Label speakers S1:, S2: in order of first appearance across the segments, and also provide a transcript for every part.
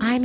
S1: I'm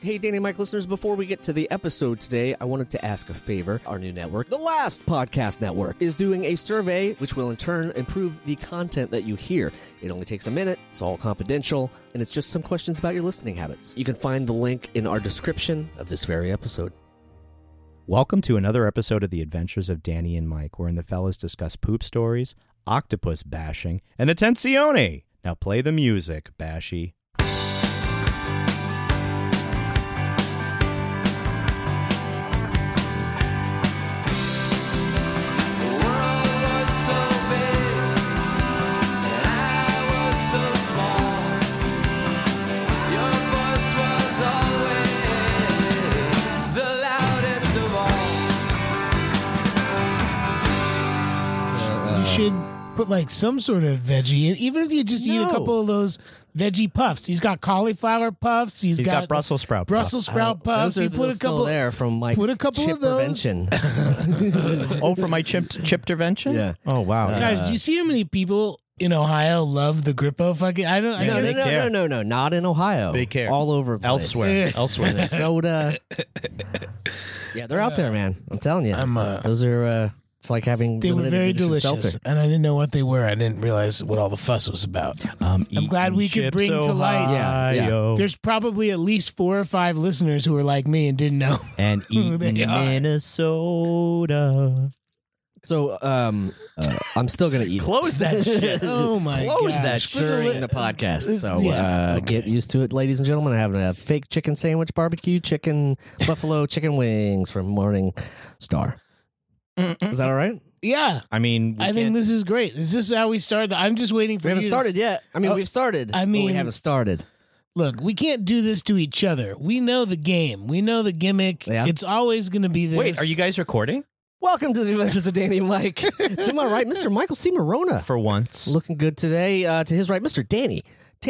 S2: Hey, Danny Mike listeners, before we get to the episode today, I wanted to ask a favor. Our new network, The Last Podcast Network, is doing a survey which will in turn improve the content that you hear. It only takes a minute, it's all confidential, and it's just some questions about your listening habits. You can find the link in our description of this very episode.
S3: Welcome to another episode of The Adventures of Danny and Mike, wherein the fellas discuss poop stories, octopus bashing, and attenzione. Now play the music, Bashy.
S4: You should put like some sort of veggie, in, even if you just eat a
S3: No.
S4: couple of those veggie puffs. He's got cauliflower puffs.
S3: He's got Brussels sprout puffs.
S4: Brussels sprout
S2: Oh,
S4: puffs.
S2: Those are
S4: He put a
S2: still
S4: couple.
S2: there from Mike's
S4: put a couple
S2: chip
S4: of those.
S2: prevention.
S3: Oh, for my chip chip intervention?
S2: Yeah. Uh,
S3: Oh wow.
S4: Guys, do you see how many people in Ohio love the Grippo? Fucking, I don't. I
S2: No, no,
S4: guess-
S3: they
S2: no,
S3: care.
S2: no, no, no, not in Ohio.
S3: They care.
S2: all over the place.
S3: elsewhere, elsewhere.
S2: Minnesota. yeah, they're out there, man. I'm telling you.
S4: I'm, uh,
S2: Those are. Uh, it's like having.
S4: They were
S2: limited
S4: very
S2: edition
S4: delicious,
S2: Seltzer.
S4: and I didn't know what they were. I didn't realize what all the fuss was about.
S3: Um,
S4: I'm glad we could bring to light.
S2: Yeah, yeah.
S3: Oh.
S4: There's probably at least four or five listeners who are like me and didn't know.
S3: and
S4: Who they
S3: eating
S4: are.
S3: Minnesota.
S2: So um, uh, I'm still gonna eat. it.
S3: Close that shit.
S4: Oh my god!
S3: Close that
S4: For the
S3: during
S4: li-
S2: During the podcast, so
S4: Yeah,
S2: uh, get used to it, ladies and gentlemen. Having a fake chicken sandwich, barbecue chicken, buffalo chicken wings from Morning Star. Is that all right?
S4: Yeah,
S3: I mean, we
S4: I think
S3: can't-
S4: this is great. Is this how we started? I'm just waiting for
S2: We haven't
S4: you to-
S2: started yet. I mean,
S4: Oh,
S2: we've started. but
S4: I
S2: we
S4: mean-
S2: haven't started.
S4: Look, we can't do this to each other. We know the game. We know the gimmick.
S2: Yeah.
S4: It's always going to be this.
S3: Wait, are you guys recording
S2: Welcome to the Adventures of Danny and Mike. to my right, Mr. Michael C. Marona.
S3: for once?
S2: Looking good today. Uh, to his right, Mr. Danny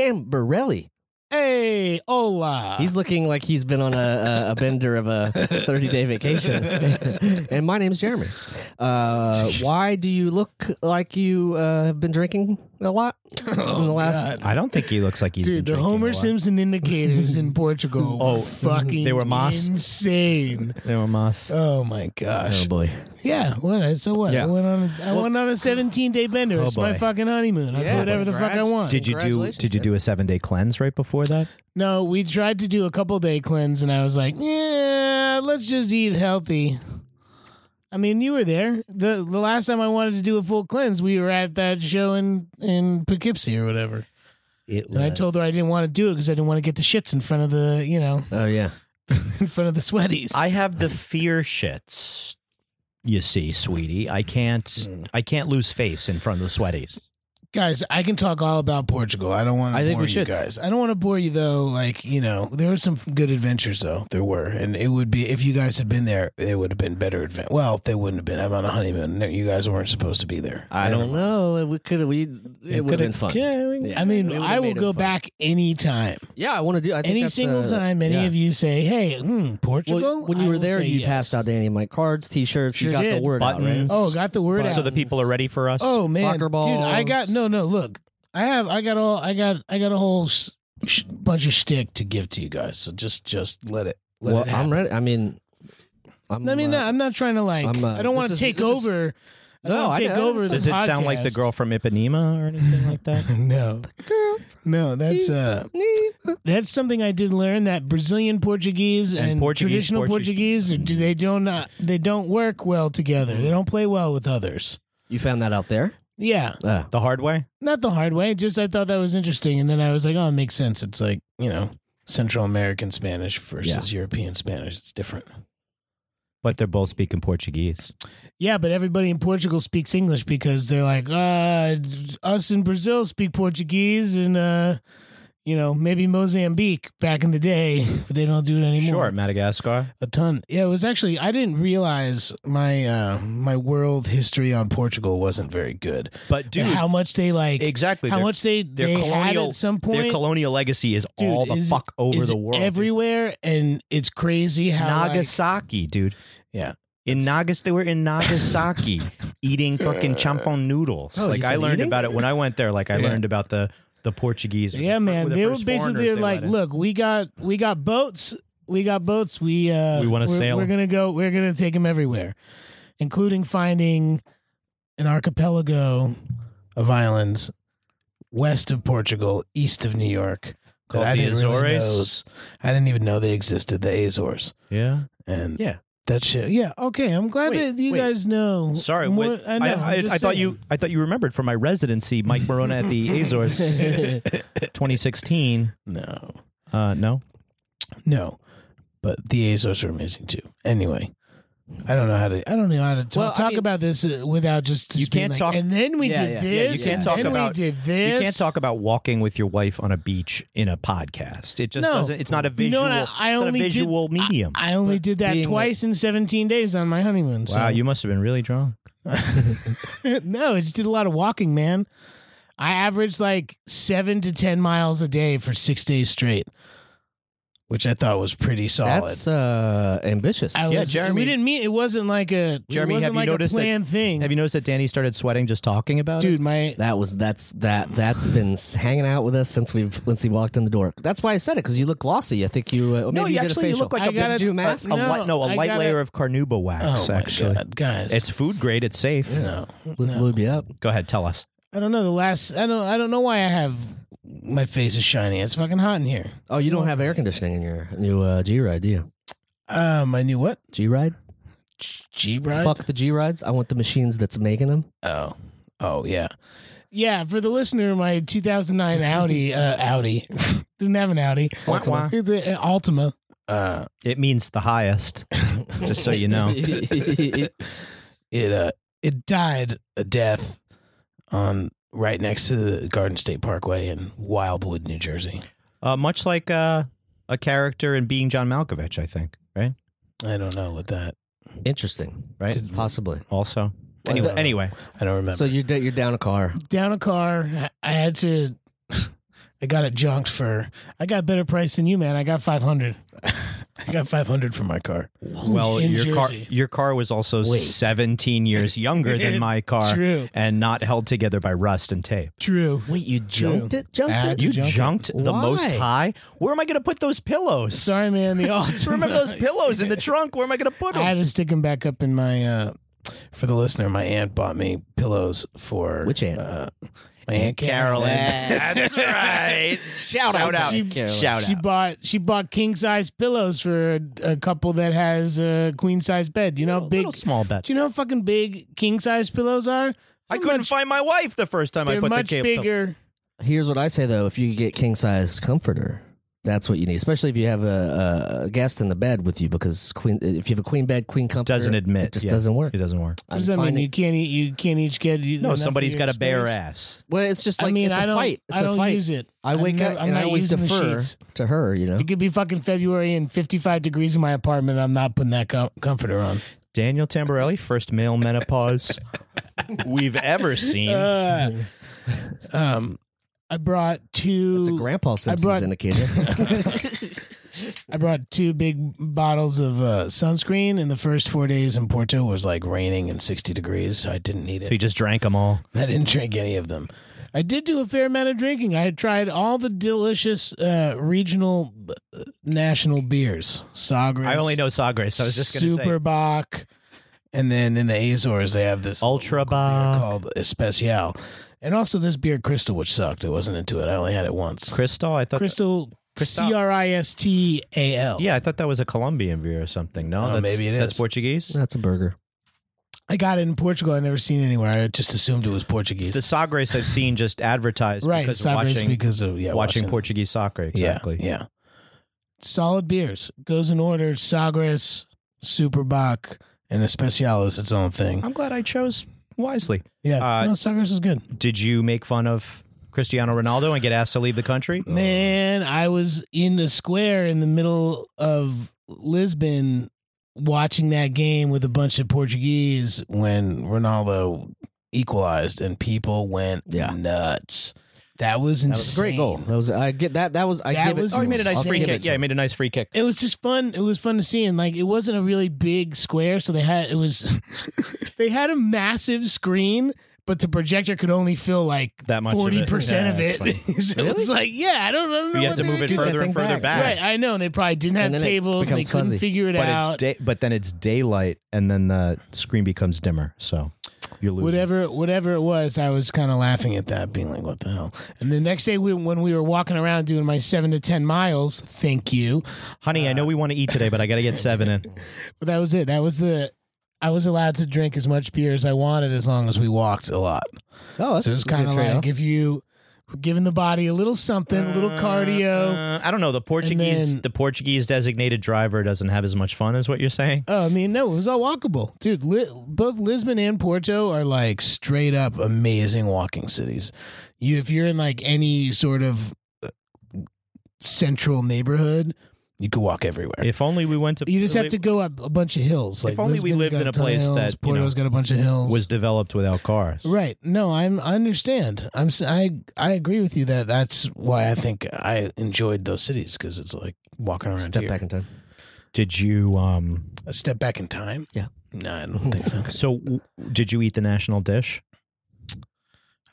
S2: Tamborelli.
S4: Hey, hola.
S2: He's looking like he's been on a, a, a bender of a 30 day vacation. and my name's Jeremy. Uh, why do you look like you uh, have been drinking a lot in the last?
S4: God.
S3: I don't think he looks like he's
S4: Dude,
S3: been
S4: the
S3: drinking a
S4: Homer
S3: lot.
S4: Simpson indicators in Portugal
S3: Oh,
S4: were fucking
S3: they were moss. Um,
S4: insane.
S3: They were moss.
S4: Oh my gosh.
S2: Oh boy!
S4: yeah, what? So what?
S2: Yeah.
S4: I went on a, I went on a 17 day bender.
S3: Oh,
S4: it's my
S3: boy.
S4: fucking honeymoon. I
S2: Yeah,
S4: do whatever the fuck I
S2: congrats.
S4: want.
S3: Did you do?
S2: Congratulations,
S3: Did you
S2: sir.
S3: do a seven day cleanse right before that?
S4: No, we tried to do a couple day cleanse, and I was like, yeah, let's just eat healthy. I mean, you were there. the The last time I wanted to do a full cleanse, we were at that show in in Poughkeepsie or whatever.
S3: It
S4: And I told her I didn't want to do it because I didn't want to get the shits in front of the you know
S2: Oh yeah.
S4: in front of the sweaties.
S3: I have the fear shits. You see, sweetie, I
S4: Mm.
S3: can't. I can't lose face in front of the sweaties.
S4: guys, I can talk all about Portugal. I don't want
S2: I
S4: to
S2: think
S4: bore
S2: we
S4: you
S2: should.
S4: guys. I don't want to bore you though. Like you know, there were some good adventures though. There were, and it would be if you guys had been there, it would have been better advent. Well, they wouldn't have been. I'm on a honeymoon. No, you guys weren't supposed to be there.
S2: I don't know. We could. We it would have been fun.
S3: Yeah, we-
S2: Yeah,
S4: I mean,
S2: we would've
S4: I will
S2: made it
S4: go
S2: fun.
S4: back any time,
S2: Yeah, I want to do. I think
S4: any
S2: that's,
S4: single
S2: uh,
S4: time. Any
S2: yeah.
S4: of you say, "Hey, hmm, Portugal."
S2: Well, when you
S4: I
S2: were
S4: will
S2: there,
S4: say
S2: you
S4: yes.
S2: passed out Danny and Mike cards, T-shirts.
S4: Sure
S2: you got the
S4: did.
S2: word
S3: Buttons.
S2: out, right?
S4: Oh, got the word out.
S3: So the people are ready for us.
S4: Oh man,
S2: Soccer
S4: dude,
S2: balls.
S4: I got no, no. Look, I have, I got all, I got, I got a whole sh- sh- bunch of shtick to give to you guys. So just, just let it. Let
S2: well,
S4: it happen.
S2: I'm ready. I mean, I'm,
S4: I mean,
S2: uh,
S4: no, I'm not trying to like.
S2: I'm, uh,
S4: I don't want
S2: this
S4: to
S2: is-
S4: take
S2: this is-
S4: over. I don't
S2: No,
S4: wanna
S2: I-
S4: take
S2: I-
S4: over.
S3: Does
S4: the
S3: it sound like the
S4: podcast.
S3: girl from Ipanema or anything like that?
S4: No, no, that's uh, that's something I did learn that Brazilian Portuguese and,
S3: And Portuguese
S4: traditional Portuguese,
S3: Portuguese.
S4: do they don't not they don't work well together. They don't play well with others.
S2: you found that out there.
S4: Yeah,
S2: Uh,
S3: The hard way.
S4: not the hard way. Just I thought that was interesting, and then I was like, oh, it makes sense. It's like you know. Central American Spanish versus European Spanish. It's different.
S3: But they're both speaking Portuguese.
S4: Yeah, but everybody in Portugal speaks English because they're like, uh, us in Brazil speak Portuguese and, uh, you know, maybe Mozambique back in the day, but they don't do it anymore.
S3: Sure, Madagascar.
S4: A ton. Yeah, it was actually I didn't realize my uh my world history on Portugal wasn't very good.
S3: But dude,
S4: how much they like
S3: exactly.
S4: how
S3: their-
S4: much they
S3: their
S4: they had
S3: colonial
S4: at some point
S3: Their colonial legacy is
S4: Dude,
S3: all the
S4: is-
S3: fuck over
S4: is
S3: the world.
S4: everywhere and it's crazy how like-
S3: Nagasaki, dude.
S4: yeah.
S3: In Nagas, they were in Nagasaki eating fucking champon noodles.
S2: Oh,
S3: like
S2: you
S3: I
S2: said
S3: learned
S2: eating?
S3: about it when I went there. Like I
S4: Yeah.
S3: learned about the the Portuguese. or the
S4: Yeah,
S3: fir-
S4: man.
S3: the
S4: They were
S3: first foreigners
S4: basically
S3: they
S4: like,
S3: let in.
S4: look, we got we got boats. We got boats. We uh
S3: We wanna
S4: we're-
S3: sail
S4: We're
S3: 'em."
S4: gonna go we're gonna take them everywhere. Including finding an archipelago of islands west of Portugal, east of New York. that
S3: Called
S4: I
S3: the
S4: didn't really
S3: Azores?
S4: knows. I didn't even know they existed, the Azores.
S3: yeah.
S4: And
S2: Yeah.
S4: That shit. Yeah. Okay. I'm glad
S2: Wait,
S4: that you
S2: wait.
S4: guys know.
S3: Sorry,
S4: more-
S3: what,
S4: I,
S3: I,
S4: know,
S3: I,
S4: I'm
S3: I
S4: just
S3: thought you
S4: saying.
S3: I thought you remembered from my residency, Mike Morona at the Azores, 2016.
S4: No.
S3: Uh, no,
S4: No, but the Azores are amazing too. Anyway, I don't know how to. I don't know how to talk,
S2: Well, I
S4: talk
S2: mean-
S4: about this uh, without just. just
S3: You
S4: being
S3: can't
S4: like,
S3: talk-
S4: And then we
S2: Yeah,
S4: did
S2: yeah. Yeah, you
S4: this.
S3: can't
S4: and
S3: talk
S4: then
S3: about-
S4: We did this.
S3: you can't talk about walking with your wife on a beach in a podcast. It just
S4: No.
S3: doesn't. It's not a
S4: You
S3: visual.
S4: know what, I- I
S3: it's not a
S4: only did-
S3: visual medium.
S4: I only did that
S2: being
S4: twice in 17 days on my honeymoon. So.
S3: wow, you must have been really drunk.
S4: no, I just did a lot of walking, man. I averaged like seven to 10 miles a day for six days straight, which I thought was pretty solid.
S2: That's uh, ambitious.
S4: I
S3: yeah,
S4: was,
S3: Jeremy-
S4: We didn't mean it wasn't like a
S3: Jeremy,
S4: it wasn't
S3: have you
S4: like
S3: noticed
S4: a
S3: that-
S4: planned thing.
S3: Have you noticed that Danny started sweating just talking about it?
S4: Dude, my
S2: That was that's that that's been hanging out with us since we've since he walked in the door. That's why I said it because you look glossy. I think you uh,
S3: No,
S2: maybe did
S3: you
S2: a
S3: actually
S2: facial.
S3: look like
S4: I Uh,
S3: a
S4: gotta-
S2: did you do mask.
S3: a,
S4: No,
S3: light, no, a
S4: I
S3: light
S4: gotta-
S3: layer of carnauba wax.
S4: oh my
S3: actually,
S4: God, guys,
S3: it's food grade. It's safe.
S4: no,
S2: Let's
S4: no.
S2: lube you up.
S3: Go ahead, tell us.
S4: I don't know. The last I don't I don't know why I have my face is shiny. It's fucking hot in here.
S2: Oh, you don't have air conditioning in your new uh, G ride, do you?
S4: Uh, my new what?
S2: G ride?
S4: G ride.
S2: Fuck the G rides. I want the machines that's making them.
S4: Oh, oh yeah, yeah. For the listener, my 2009 Audi, uh, Audi didn't have an Audi.
S3: Wah, wah.
S4: It's a- an Altima. Uh,
S3: It means the highest. just so you know.
S4: it uh, it died a death on right next to the Garden State Parkway in Wildwood, New Jersey.
S3: Uh, much like uh, a character in Being John Malkovich, I think. Right.
S4: I don't know what that.
S2: Interesting,
S3: Right.
S2: Possibly.
S3: Also.
S4: Well,
S3: Anyway,
S4: the-
S3: anyway,
S4: I don't remember.
S2: So you're da- you're down a car.
S4: down a car. I- I had to. I got it junked for. I got a better price than you, man. I got five hundred. I got five hundred for my car.
S3: well,
S4: in
S3: your car
S4: Jersey.
S3: your car was also
S2: Wait.
S3: 17 years younger than my car
S4: True.
S3: and not held together by rust and tape.
S4: True.
S2: Wait, you junked it? Junked
S4: Ah,
S2: it?
S3: You
S4: Junk it.
S3: junked the most
S2: Why?
S3: high? Where am I going to put those pillows?
S4: Sorry, man. The alt.
S3: Remember those pillows in the trunk? Where am I going to put
S4: I had
S3: them?
S4: to stick them back up in my. uh For the listener, my aunt bought me pillows for
S2: Which aunt?
S4: Uh, my aunt
S3: Carolyn.
S4: Carolyn.
S3: That's right.
S2: Shout,
S3: Shout
S2: out,
S3: out.
S2: to Carolyn.
S3: Shout
S4: She
S3: out.
S4: bought she bought king size pillows for a, a couple that has a queen size bed. You know,
S3: Little-
S4: big.
S3: little small bet.
S4: Do you know how fucking big king size pillows are?
S3: I couldn't find my wife the first time I
S4: They're
S3: put
S4: much
S3: the cape.
S4: bigger.
S2: Here's what I say though: if you get king size comforter, that's what you need, especially if you have a, a guest in the bed with you, because queen. If you have a queen bed, queen comforter
S3: Doesn't admit.
S2: it just
S3: yeah.
S2: doesn't work.
S3: It doesn't work.
S4: What does that mean? You can't eat. You can't each get.
S3: No, somebody's got a bare ass.
S2: well, it's just
S4: I
S2: like
S4: mean,
S2: it's a
S4: I don't.
S2: fight. It's
S4: I don't
S2: a fight.
S4: use it.
S2: I wake
S4: never-
S2: up and I always
S4: using the
S2: defer
S4: sheets.
S2: to her. You know,
S4: It could be fucking February and 55 degrees in my apartment. I'm not putting that com- comforter on.
S3: Daniel Tamborelli, first male menopause we've ever seen.
S4: Uh, um, I brought
S2: it's a
S4: two.
S2: grandpa Simpsons
S4: brought-
S2: indicator.
S4: I brought two big bottles of uh, sunscreen, and the first four days in Porto was like raining and 60 degrees, so I didn't need it.
S3: he just drank them all.
S4: I didn't drink any of them. I did do a fair amount of drinking. I had tried all the delicious uh, regional, uh, national beers. Sagres.
S3: I only know Sagres, so I was just going to say.
S4: Super Bach. And then in the Azores, they have this
S3: Ultra
S4: beer
S3: Bach.
S4: called Especial. And also this beer, Crystal, which sucked. I wasn't into it. I only had it once.
S3: Crystal, I thought.
S4: Crystal,
S3: Cristal.
S4: C R I S T A L.
S3: Yeah, I thought that was a Colombian beer or something. No,
S4: Oh,
S3: that's,
S4: maybe it
S3: that's
S4: is.
S3: Portuguese.
S2: that's a burger.
S4: I got it in Portugal. i never seen it anywhere. I just assumed it was Portuguese.
S3: The Sagres I've seen just advertised
S4: right.
S3: because
S4: Sagres
S3: of watching
S4: because of, yeah.
S3: watching
S4: Portugal.
S3: Portuguese soccer. Exactly.
S4: Yeah, yeah. Solid beers. Goes in order. Sagres, Super Bach, and Especial is its own thing.
S3: I'm glad I chose wisely.
S4: Yeah.
S3: Uh,
S2: oh.
S4: no, Sagres is good.
S3: Did you make fun of Cristiano Ronaldo and get asked to leave the country?
S4: Mm, Man, I was in the square in the middle of Lisbon watching that game with a bunch of Portuguese when Ronaldo equalized and people went
S2: Yeah.
S4: nuts. That was insane.
S2: That was a great goal. That was I get that. That was I
S4: That
S2: give
S4: was
S2: it.
S3: Oh, he made a nice
S2: I'll
S4: insane.
S3: free
S2: give it
S3: kick.
S2: to
S3: Yeah, he
S2: him.
S3: made a nice free kick.
S4: It was just fun. It was fun to see, and like it wasn't a really big square, so they had it was they had a massive screen, but the projector could only fill like
S3: That much of it.
S4: forty percent
S3: Yeah,
S4: of it.
S3: that's
S4: so It was like, yeah, I don't, I don't know.
S3: You have
S4: what
S3: to
S4: they
S3: move it
S4: did.
S2: that
S3: further and
S2: thing
S3: further
S2: back.
S3: back.
S4: Right, I know. and They probably didn't
S2: And
S4: have
S2: then it
S4: tables, and they
S2: becomes
S4: couldn't
S2: fuzzy.
S4: figure it
S3: But
S4: out.
S3: it's day, but then it's daylight, and then the screen becomes dimmer, so you're losing.
S4: Whatever, whatever it was, I was kind of laughing at that, being like, "What the hell?" And the next day, we, when we were walking around doing my seven to ten miles, thank you.
S3: Honey, I know we want to eat today, but I got to get seven in.
S4: But that was it. That was the. I was allowed to drink as much beer as I wanted as long as we walked a lot.
S2: Oh, that's
S4: so it's kind of like if you were giving the body a little something, a little cardio.
S3: Uh, I don't know. The Portuguese,
S4: then-
S3: the Portuguese designated driver doesn't have as much fun, is what you're saying?
S4: Oh, I mean, no, it was all walkable, dude. Li- both Lisbon and Porto are like straight up amazing walking cities. You, if you're in like any sort of uh, central neighborhood, you could walk everywhere.
S3: If only we went to.
S4: you just have to go up a bunch of hills. Like
S3: If only we
S4: Lisbon's
S3: lived
S4: got
S3: in a
S4: ton of
S3: place
S4: hills,
S3: that, you
S4: Porto's
S3: know,
S4: got a bunch of hills.
S3: was developed without cars.
S4: Right. No, I'm I understand. I'm s- I I agree with you that that's why I think I enjoyed those cities because it's like walking around
S2: step
S4: here.
S2: back in time.
S3: Did you? Um.
S4: a step back in time.
S2: Yeah.
S4: No, I don't think so.
S3: So, w- did you eat the national dish?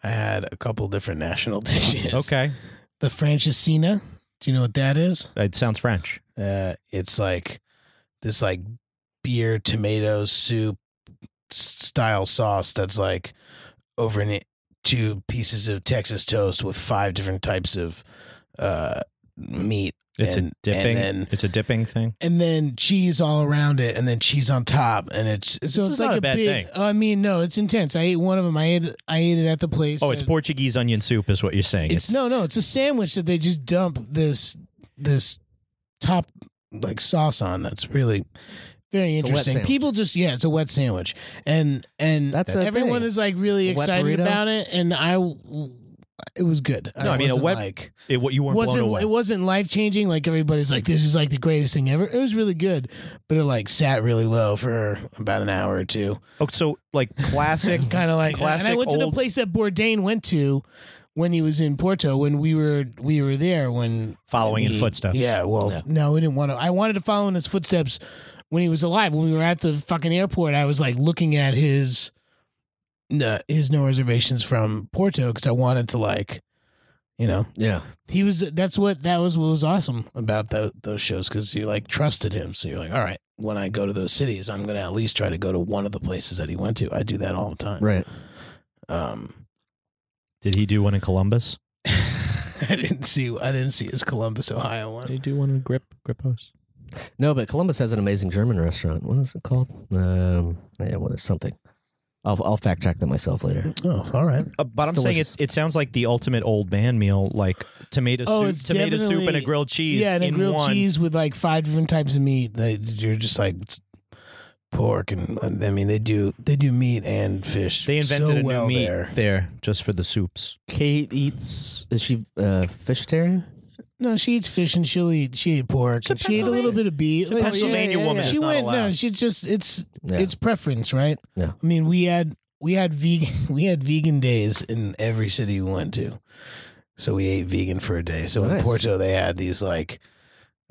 S4: I had a couple different national dishes.
S3: Okay,
S4: The francesina. Do you know what that is?
S3: it sounds French.
S4: Uh, it's like this like beer tomato soup s- style sauce that's like over in it, two pieces of Texas toast with five different types of uh, meat.
S3: It's
S4: And-
S3: a
S4: and
S3: dipping.
S4: then-
S3: it's a dipping thing.
S4: and then cheese all around it, and then cheese on top, and it's so
S3: is
S4: it's
S3: not
S4: like
S3: a
S4: a,
S3: bad
S4: big.
S3: thing.
S4: I mean, no, it's intense. I ate one of them. I ate I ate it at the place.
S3: Oh, it's
S4: and
S3: Portuguese onion soup, is what you're saying.
S4: It's no, no. It's a sandwich that they just dump this this top like sauce on. That's really very
S2: It's a wet
S4: interesting.
S2: sandwich.
S4: People just yeah, it's a wet sandwich, and and
S2: That's a
S4: everyone
S2: thing.
S4: is like really
S2: A wet
S4: excited
S2: burrito?
S4: about it, and I. w- It was good.
S3: No, I mean, a
S4: wasn't,
S3: wet-
S4: like,
S3: It- what you weren't
S4: wasn't
S3: blown away.
S4: it wasn't life changing. Like everybody's like, this is like the greatest thing ever. It was really good, but it like sat really low for about an hour or two.
S3: oh, so like classic.
S4: Kind of like,
S3: classic.
S4: and I went to the
S3: old-
S4: place that Bourdain went to when he was in Porto when we were we were there when
S3: Following in
S4: he-
S3: footsteps.
S4: Yeah, well,
S2: Yeah.
S4: no, we didn't want to. I wanted to follow in his footsteps when he was alive. When we were at the fucking airport, I was like looking at his. Uh, his no reservations from Porto because I wanted to like, you know,
S2: Yeah,
S4: he was that's what that was what was awesome about tho- those shows because you like trusted him so you're like all right when i go to those cities i'm gonna at least try to go to one of the places that he went to i do that all the time
S2: right.
S4: um
S3: Did he do one in Columbus?
S4: i didn't see i didn't see his columbus ohio one
S3: do one in Grip Gripos?
S2: No, but Columbus has an amazing German restaurant. What is it called? Um, yeah, what is something? I'll I'll fact check that myself later.
S4: oh all right
S3: Uh, but
S2: It's
S3: I'm
S2: delicious.
S3: saying it, it sounds like the ultimate old man meal, like tomato
S4: Oh,
S3: soup,
S4: it's
S3: tomato soup, and a
S4: definitely-
S3: grilled cheese.
S4: yeah and a
S3: in
S4: grilled
S3: one.
S4: cheese with like five different types of meat that you're just like it's pork and i mean they do they do meat and fish
S3: They invented
S4: so
S3: a new
S4: well
S3: meat
S4: there
S3: just for the soups.
S2: Kate eats. Is she uh, vegetarian?
S4: no she eats fish and she'll eat she ate pork
S3: She's a
S4: and she ate a little
S3: Pennsylvania-
S4: bit of beef Like, yeah,
S3: Pennsylvania
S2: yeah,
S3: woman
S2: yeah.
S3: is
S4: she
S3: not
S4: went
S3: allowed.
S4: no she just it's
S2: Yeah.
S4: it's preference right
S2: Yeah.
S4: i mean we had we had vegan we had vegan days in every city we went to so we ate vegan for a day so in
S2: Nice.
S4: porto they had these like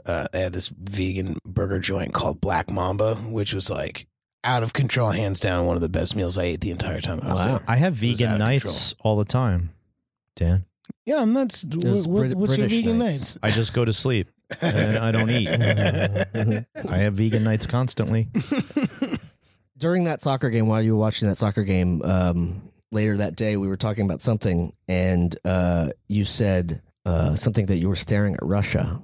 S4: uh, they had this vegan burger joint called black mamba which was like out of control hands down one of the best meals i ate the entire time i was
S2: Wow.
S4: there
S3: I have
S4: It was out
S3: vegan
S4: of
S3: nights all the time, Dan.
S4: yeah i'm not
S2: Those
S4: what, what,
S2: Brit-
S4: what's
S2: British
S4: your vegan
S2: nights.
S4: nights,
S3: I just go to sleep and I don't eat. I have vegan nights constantly.
S2: During that soccer game, while you were watching that soccer game, um, later that day, we were talking about something, and uh, you said uh, something that you were staring at Russia.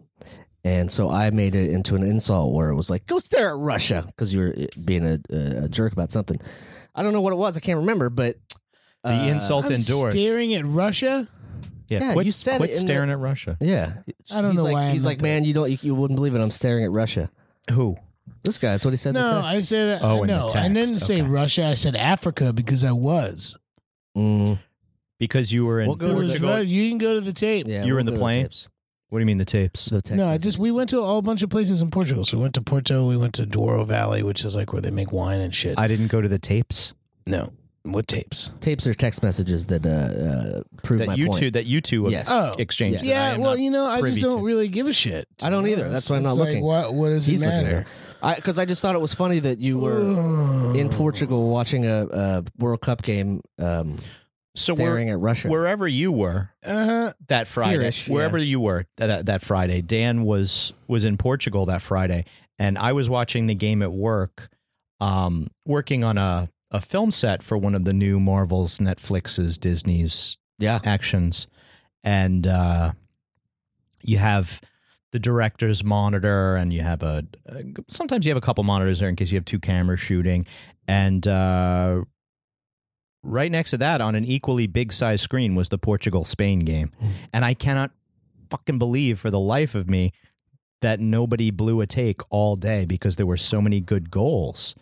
S2: And so I made it into an insult where it was like, go stare at Russia because you were uh, being a, a jerk about something. I don't know what it was. I can't remember, but. uh,
S3: The insult
S4: I'm
S3: endures.
S4: staring at russia
S3: yeah,
S2: Yeah,
S3: quit,
S2: you said
S3: quit
S2: it in
S3: staring at Russia.
S2: Yeah.
S4: I don't
S2: he's
S4: know
S2: like,
S4: why I'm
S2: He's
S4: not
S2: like,
S4: there.
S2: man, you don't, you, you wouldn't believe it. I'm staring at Russia.
S3: Who?
S2: This guy, that's what he said. in the
S4: no
S2: text.
S4: i said uh,
S3: Oh, in the
S4: no i didn't
S3: text.
S4: say
S3: Okay.
S4: russia i said africa because i was
S2: Mm,
S3: because you were in
S2: We'll go
S4: It was
S3: Portugal.
S4: right. You can go to the tape.
S2: Yeah,
S3: You were in the
S2: go to
S3: plane?
S2: tapes.
S3: What do you mean the tapes?
S2: The Texas.
S4: No, I just we went to a whole bunch of places in Portugal. So we went to Porto, we went to Douro Valley, which is like where they make wine and shit.
S3: I didn't go to the tapes
S4: no, what tapes?
S2: tapes or text messages that uh, uh, prove my
S3: that you
S2: point.
S3: two that you two
S2: Yes.
S4: Oh,
S3: exchanged. that I
S4: Yeah,
S3: am
S4: well,
S3: not
S4: you know, I
S3: privy
S4: just don't
S3: to.
S4: really give a shit. to
S2: I don't
S4: be
S2: either.
S4: honest.
S2: That's why I'm not
S4: It's
S2: looking.
S4: Like, what? What does
S2: He's
S4: it
S2: looking at her.
S4: matter?
S2: Because I, just thought it was funny that you were in Portugal watching a, a World Cup game, um,
S3: So
S2: staring
S3: where,
S2: at Russia.
S3: wherever you were
S4: Uh huh.
S3: that Friday,
S2: Here-ish, yeah.
S3: wherever you were that, that, that Friday, Dan was was in Portugal that Friday, and I was watching the game at work, um, working on a a film set for one of the new Marvels, Netflix's, Disney's
S2: yeah,
S3: actions and uh, you have the director's monitor and you have a uh, sometimes you have a couple monitors there in case you have two cameras shooting and uh, right next to that on an equally big size screen was the portugal spain game
S2: Hmm.
S3: and i cannot fucking believe for the life of me that nobody blew a take all day because there were so many good goals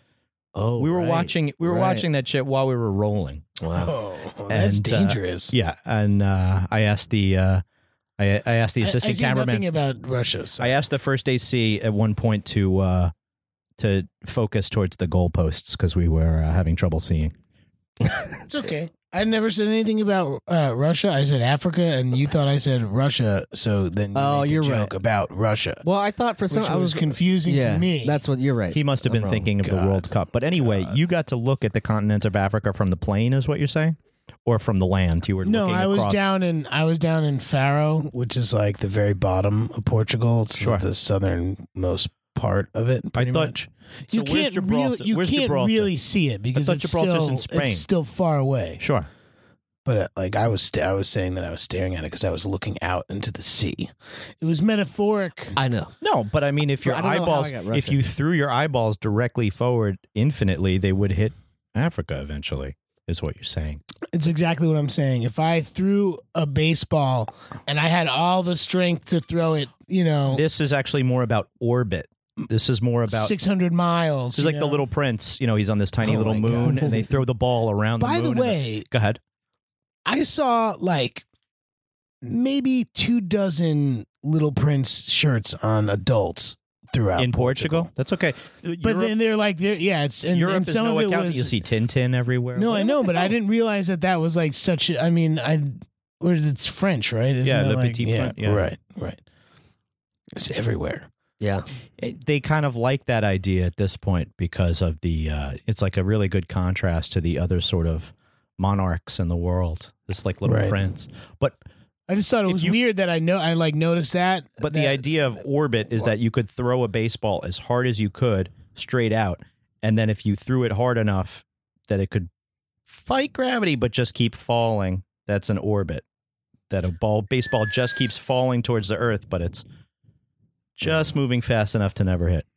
S2: Oh,
S3: we were
S2: right.
S3: watching we were
S2: Right.
S3: watching that shit while we were rolling
S2: Wow.
S4: Oh, that's
S3: And, uh,
S4: dangerous.
S3: yeah, and uh, I asked the uh, I, I asked the
S4: I-
S3: assistant
S4: I, see Nothing
S3: cameraman.
S4: about Russia. So.
S3: I asked the first AC at one point to uh, to focus towards the goalposts because we were uh, having trouble seeing.
S4: It's okay. I never said anything about uh, Russia. I said Africa, and you thought I said Russia. So then you
S2: Oh,
S4: make a
S2: you're right.
S4: joke about Russia,
S2: Well, I thought for
S4: which
S2: some
S4: was
S2: I was
S4: confusing
S2: yeah,
S4: to me.
S2: That's what you're right.
S3: He must have
S2: I'm
S3: been
S2: wrong.
S3: thinking of
S4: God.
S3: the World Cup. But anyway, you got to look at the continent of Africa from the plane, is what you're saying, or from the land you were.
S4: no.
S3: looking
S4: I was
S3: across.
S4: down in I was down in Faro, which is like the very bottom of Portugal. It's
S3: Sure.
S4: the southernmost part of it. Pretty
S3: thought-
S4: much.
S3: so
S4: you
S3: where's
S4: can't really
S3: Gibraltar?
S4: you
S3: Where's
S4: can't
S3: Gibraltar?
S4: really see it because
S3: thought
S4: it's
S3: Gibraltar's
S4: still
S3: in Spain.
S4: it's still far away.
S3: Sure.
S4: But uh, like I was sta- I was saying that I was staring at it because I was looking out into the sea. It was metaphoric.
S2: I know.
S3: No, but I mean, if your
S2: I don't know how
S3: eyeballs,
S2: I got
S3: if
S2: Russia.
S3: you threw your eyeballs directly forward infinitely, they would hit Africa eventually. Is what you're saying?
S4: It's exactly what I'm saying. If I threw a baseball and I had all the strength to throw it, you know,
S3: This is actually more about orbit. This is more about.
S4: 600 miles.
S3: this is
S4: you
S3: like the
S4: know?
S3: little prince. You know, he's on this tiny
S4: Oh
S3: little
S4: my
S3: moon,
S4: God.
S3: and they throw the ball around.
S4: By
S3: the,
S4: the
S3: moon and
S4: way,
S3: go ahead.
S4: I saw like maybe two dozen Little Prince shirts on adults throughout
S3: In Portugal, that's okay. But
S4: But then they're like, they're, yeah, it's and,
S3: Europe
S4: and
S3: is
S4: some
S3: no
S4: of it
S3: account.
S4: was
S3: you see Tintin everywhere.
S4: No,
S3: What
S4: I
S3: the
S4: know, but I
S3: hell?
S4: didn't realize that that was like such. a- I mean, I where is it's French, right? Isn't
S3: Yeah,
S4: that
S3: Le
S4: like-
S3: Petit
S4: yeah,
S3: Prince, yeah.
S4: right, right. It's everywhere.
S2: Yeah.
S3: It- they kind of like that idea at this point because of the uh, it's like a really good contrast to the other sort of monarchs in the world this like little
S4: Right.
S3: prince but
S4: I just thought it
S3: If
S4: was
S3: you-
S4: weird that I know I like noticed that.
S3: but the
S4: that-
S3: idea of orbit is that you could throw a baseball as hard as you could straight out and then if you threw it hard enough that it could fight gravity but just keep falling that's an orbit that a ball baseball just keeps falling towards the earth but it's just moving fast enough to never hit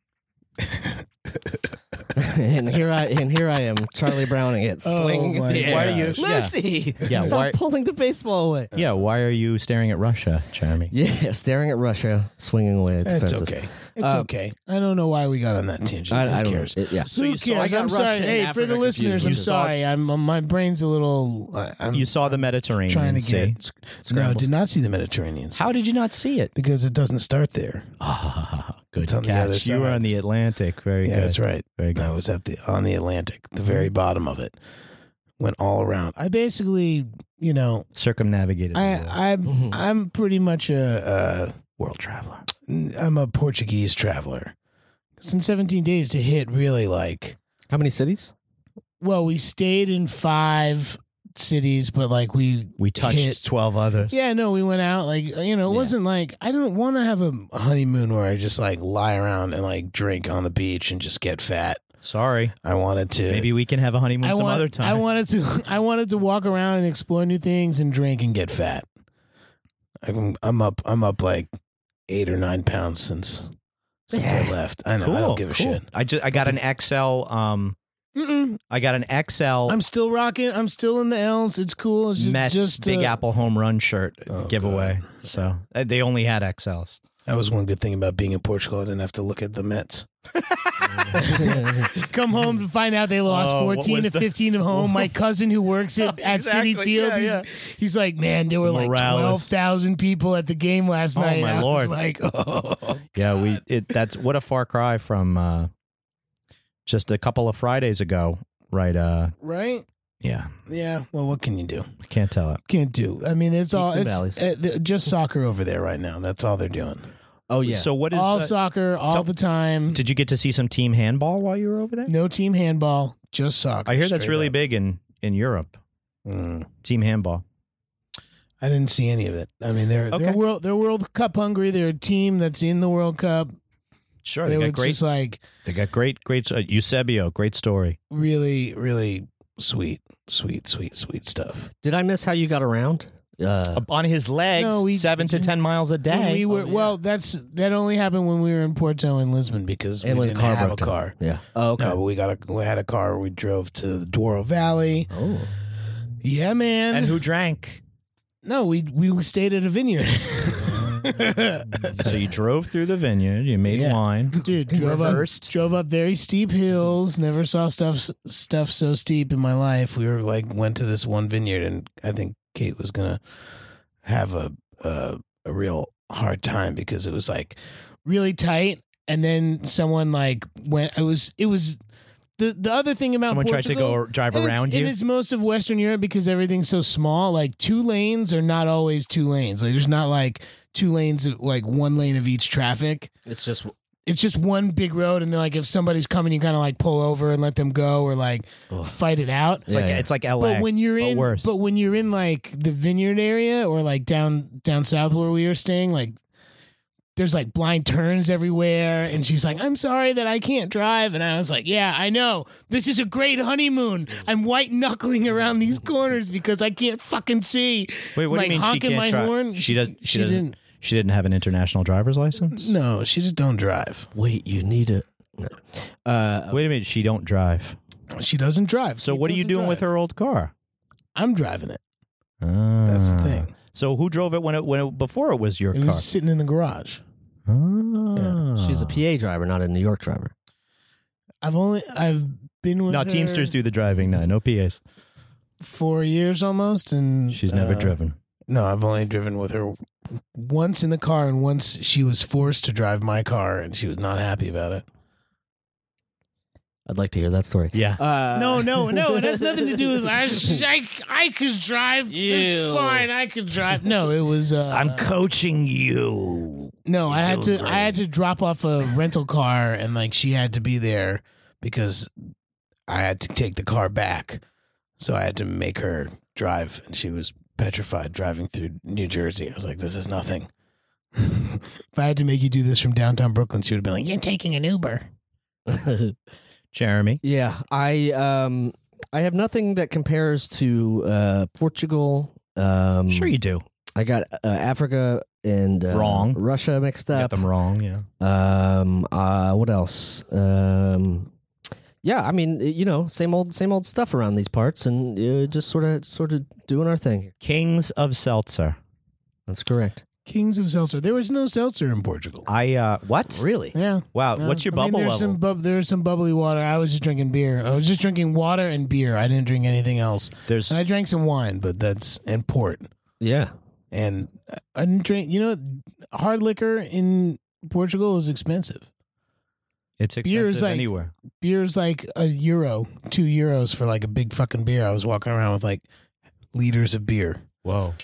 S2: and here I and here I am, Charlie Browning it,
S4: Oh
S2: swinging
S4: my
S2: in the air.
S3: Why are you- Yeah.
S2: Lucy?
S3: Yeah,
S2: stop
S3: why-
S2: pulling the baseball away.
S3: yeah why are you staring at russia jeremy
S2: Yeah, staring at Russia, swinging away at the
S4: It's
S2: fences.
S4: okay. It's
S2: Um,
S4: okay. I don't know why we got on that tangent.
S2: I,
S4: Who
S2: I don't
S4: cares?
S2: It, yeah.
S3: So
S4: Who
S3: you saw- I
S4: cares?
S3: got
S4: I'm
S2: Russia
S4: sorry.
S2: and
S4: Hey, for
S2: Africa
S4: the listeners,
S2: confused.
S4: I'm
S2: You saw-
S4: sorry. I'm my brain's a little. I- I'm
S3: you saw the mediterranean
S4: trying to
S3: Sea.
S4: get. No, did not see the Mediterranean. Sea
S3: how did you not see it Ah,
S4: Because it doesn't start there.
S3: good
S4: It's on the
S3: catch.
S4: other
S3: you were
S4: side.
S3: on the atlantic very
S4: Yeah,
S3: good
S4: that's right.
S3: very good Mm-hmm.
S4: I was at the on the Atlantic, the very bottom of it. Went all around. I basically, you know,
S3: circumnavigated the world.
S4: I I'm
S2: Mhm.
S4: I'm pretty much a,
S3: Mm-hmm. world traveler
S4: a I'm a Portuguese traveler. It's in 17 days to hit really like
S2: How many cities?
S4: well, we stayed in five cities, but like we
S3: We touched
S4: hit-
S3: 12 others.
S4: yeah, no, we went out like you know, it
S2: Yeah.
S4: wasn't like I don't want to have a honeymoon where I just like lie around and like drink on the beach and just get fat.
S3: Sorry.
S4: I wanted to
S3: Maybe we can have a honeymoon
S4: I
S3: some
S4: want-
S3: other time.
S4: I wanted to. I wanted to walk around and explore new things and drink and get fat. I'm, I'm up. I'm up like eight or nine pounds since since I
S2: Yeah.
S4: left. I know.
S3: cool.
S4: I don't give a
S3: cool.
S4: shit.
S3: I just I got an XL um
S4: Mm-mm.
S3: I got an XL
S4: I'm still rocking. I'm still in the L's. It's cool. It's just,
S3: Mets
S4: just,
S3: Big
S4: uh,
S3: Apple home run shirt
S4: Oh,
S3: giveaway. So uh, they only had XLs.
S5: That was one good thing about being in Portugal. I didn't have to look at the Mets.
S4: Come home to find out they lost
S3: Oh, what
S4: 14
S3: was
S4: to
S3: the-
S4: 15 at home. My cousin who works at, at
S3: Exactly,
S4: City Field,
S3: yeah,
S4: he's, he's like, man, there were like
S3: Morales.
S4: 12,000 people at the game last
S3: Oh,
S4: night.
S3: my
S4: I was
S3: Lord.
S4: like, oh.
S3: Yeah, we it that's what a far cry from uh just a couple of Fridays ago, right? Uh
S4: Right?
S3: yeah.
S5: Yeah. Well, what can you do?
S3: I can't tell it.
S5: Can't do. I mean, it's all
S2: Peaks and
S5: it's,
S2: valleys.
S4: eh,
S5: uh, th- just soccer over there right now. That's all they're doing.
S2: Oh yeah.
S3: So what is
S4: all
S3: uh,
S4: soccer, all
S3: tell-
S4: the time.
S3: Did you get to see some team handball while you were over there?
S4: no team handball, just soccer.
S3: I hear that's
S5: Straight
S3: really
S5: up.
S3: big in in Europe.
S5: Mm.
S3: Team handball.
S5: I didn't see any of it. I mean, they're
S3: Okay.
S5: they're
S4: They're world, they're World Cup hungry. They're a team that's in the World Cup.
S3: Sure,
S4: they
S3: Oh, they,
S4: were
S3: got great.
S4: just like
S3: they got great, great. Uh, Eusebio, great story.
S5: really really sweet, sweet, sweet, sweet stuff.
S2: Did I miss how you got around? Uh,
S3: on his legs,
S4: No, we-
S3: seven to ten miles a
S4: when
S3: day.
S4: we were.
S2: Oh, yeah.
S4: Well, that's that only happened when we were in Porto and Lisbon.
S5: Lisbon because
S2: And
S5: we
S2: when the
S5: didn't
S2: car
S5: have a
S2: broke down.
S5: car.
S2: yeah. Oh, okay.
S5: No, but we got a we had a car. We drove to the Douro Valley.
S2: Oh.
S5: Yeah, man.
S3: and who drank?
S4: No, we we stayed at a vineyard,
S3: so you drove through the vineyard. You made
S5: Yeah.
S3: wine.
S4: dude. Drove up,
S3: Reversed.
S4: drove up very steep hills. Never saw stuff
S5: stuff so steep in my life. We were like went to this one vineyard, and I think Kate was gonna have a a, a real hard time because it was like
S4: really tight, and then someone like went. It was it was the the other thing about
S3: Someone tried
S4: Portugal,
S3: to go drive
S4: And it's-
S3: around
S4: And
S3: you.
S4: it's most of Western Europe because everything's so small. Like two lanes are not always two lanes. Like there's not like two lanes, of, like one lane of each traffic.
S2: It's just
S4: It's just one big road, and then like if somebody's coming, you kind of like pull over and let them go, or like
S2: Ugh.
S4: fight it out.
S3: It's like
S2: Yeah, yeah.
S3: it's like LA.
S4: But when you're
S3: but
S4: in,
S3: worse.
S4: but when you're in like the vineyard area or like down down south where we were staying, like there's like blind turns everywhere, and she's like, "I'm sorry that I can't drive," and I was like, "Yeah, I know. This is a great honeymoon. I'm white knuckling around these corners because I can't fucking see."
S3: Wait, what
S4: like
S3: do you mean she
S4: honking
S3: can't
S4: my
S3: drive?
S4: horn?
S3: She does. She,
S4: She
S3: doesn't.
S4: didn't.
S3: She didn't have an international driver's license.
S5: no, she just don't drive.
S2: wait. You need it. Uh,
S3: Wait a minute. She don't drive.
S5: She doesn't drive.
S3: So
S5: She
S3: what are you
S5: doesn't
S3: doing
S5: drive.
S3: with her old car?
S5: I'm driving it.
S3: That's
S5: the thing.
S3: So who drove it when it when it, before it was your
S5: It
S3: car?
S5: was sitting in the garage.
S3: Ah.
S2: she's a PA driver, not a New York driver.
S4: I've only I've been with
S3: No,
S4: her
S3: Teamsters do the driving now. No PAs.
S4: four years almost, and
S3: She's never
S5: Uh,
S3: driven.
S5: No, I've only driven with her once in the car, and once she was forced to drive my car, and she was not happy about it.
S2: I'd like to hear that story.
S3: Yeah.
S2: Uh,
S4: No, no, no. It has nothing to do with I. I, I could drive. It's fine. I could drive. No, it was. Uh,
S3: coaching you.
S4: no. I had to.
S3: You're
S4: I had to drop off a rental
S5: car, and like she had to be there because I had to take the car back. So I had to make her drive, and she was petrified driving through New Jersey. I was like, "This is nothing." if I had to make you do this from downtown Brooklyn, she would have been like,
S4: You're taking an Uber.
S3: Jeremy.
S2: yeah, I um, I have nothing that compares to uh, Portugal. Um,
S3: Sure you do.
S2: I got uh, Africa and uh,
S3: Wrong.
S2: Russia mixed
S3: You
S2: up.
S3: got them wrong. Yeah.
S2: Um. Uh. What else? Um. Yeah. I mean, you know, same old, same old stuff around these parts, and uh, just sort of, sort of doing our thing.
S3: Kings of Seltzer.
S2: That's correct.
S4: Kings of Seltzer. There was no seltzer in
S5: "Portugal."
S3: I uh what?
S2: Really?
S4: Yeah.
S3: Wow.
S4: No.
S3: What's your
S4: I mean,
S3: bubble
S4: there's
S3: level?
S4: Some bub- there was some bubbly water. I was just drinking beer. I was just drinking water and beer. I didn't drink anything else.
S3: There's
S4: And I drank some wine,
S5: But
S4: but
S5: that's and port,
S2: Yeah.
S5: and
S4: I didn't drink. You know, hard liquor in Portugal is expensive.
S3: it's
S4: beer is
S3: expensive
S4: like-
S3: anywhere.
S4: Beer's like a euro, two euros for like a big fucking beer. I was walking around with like
S5: liters of beer.
S3: Whoa.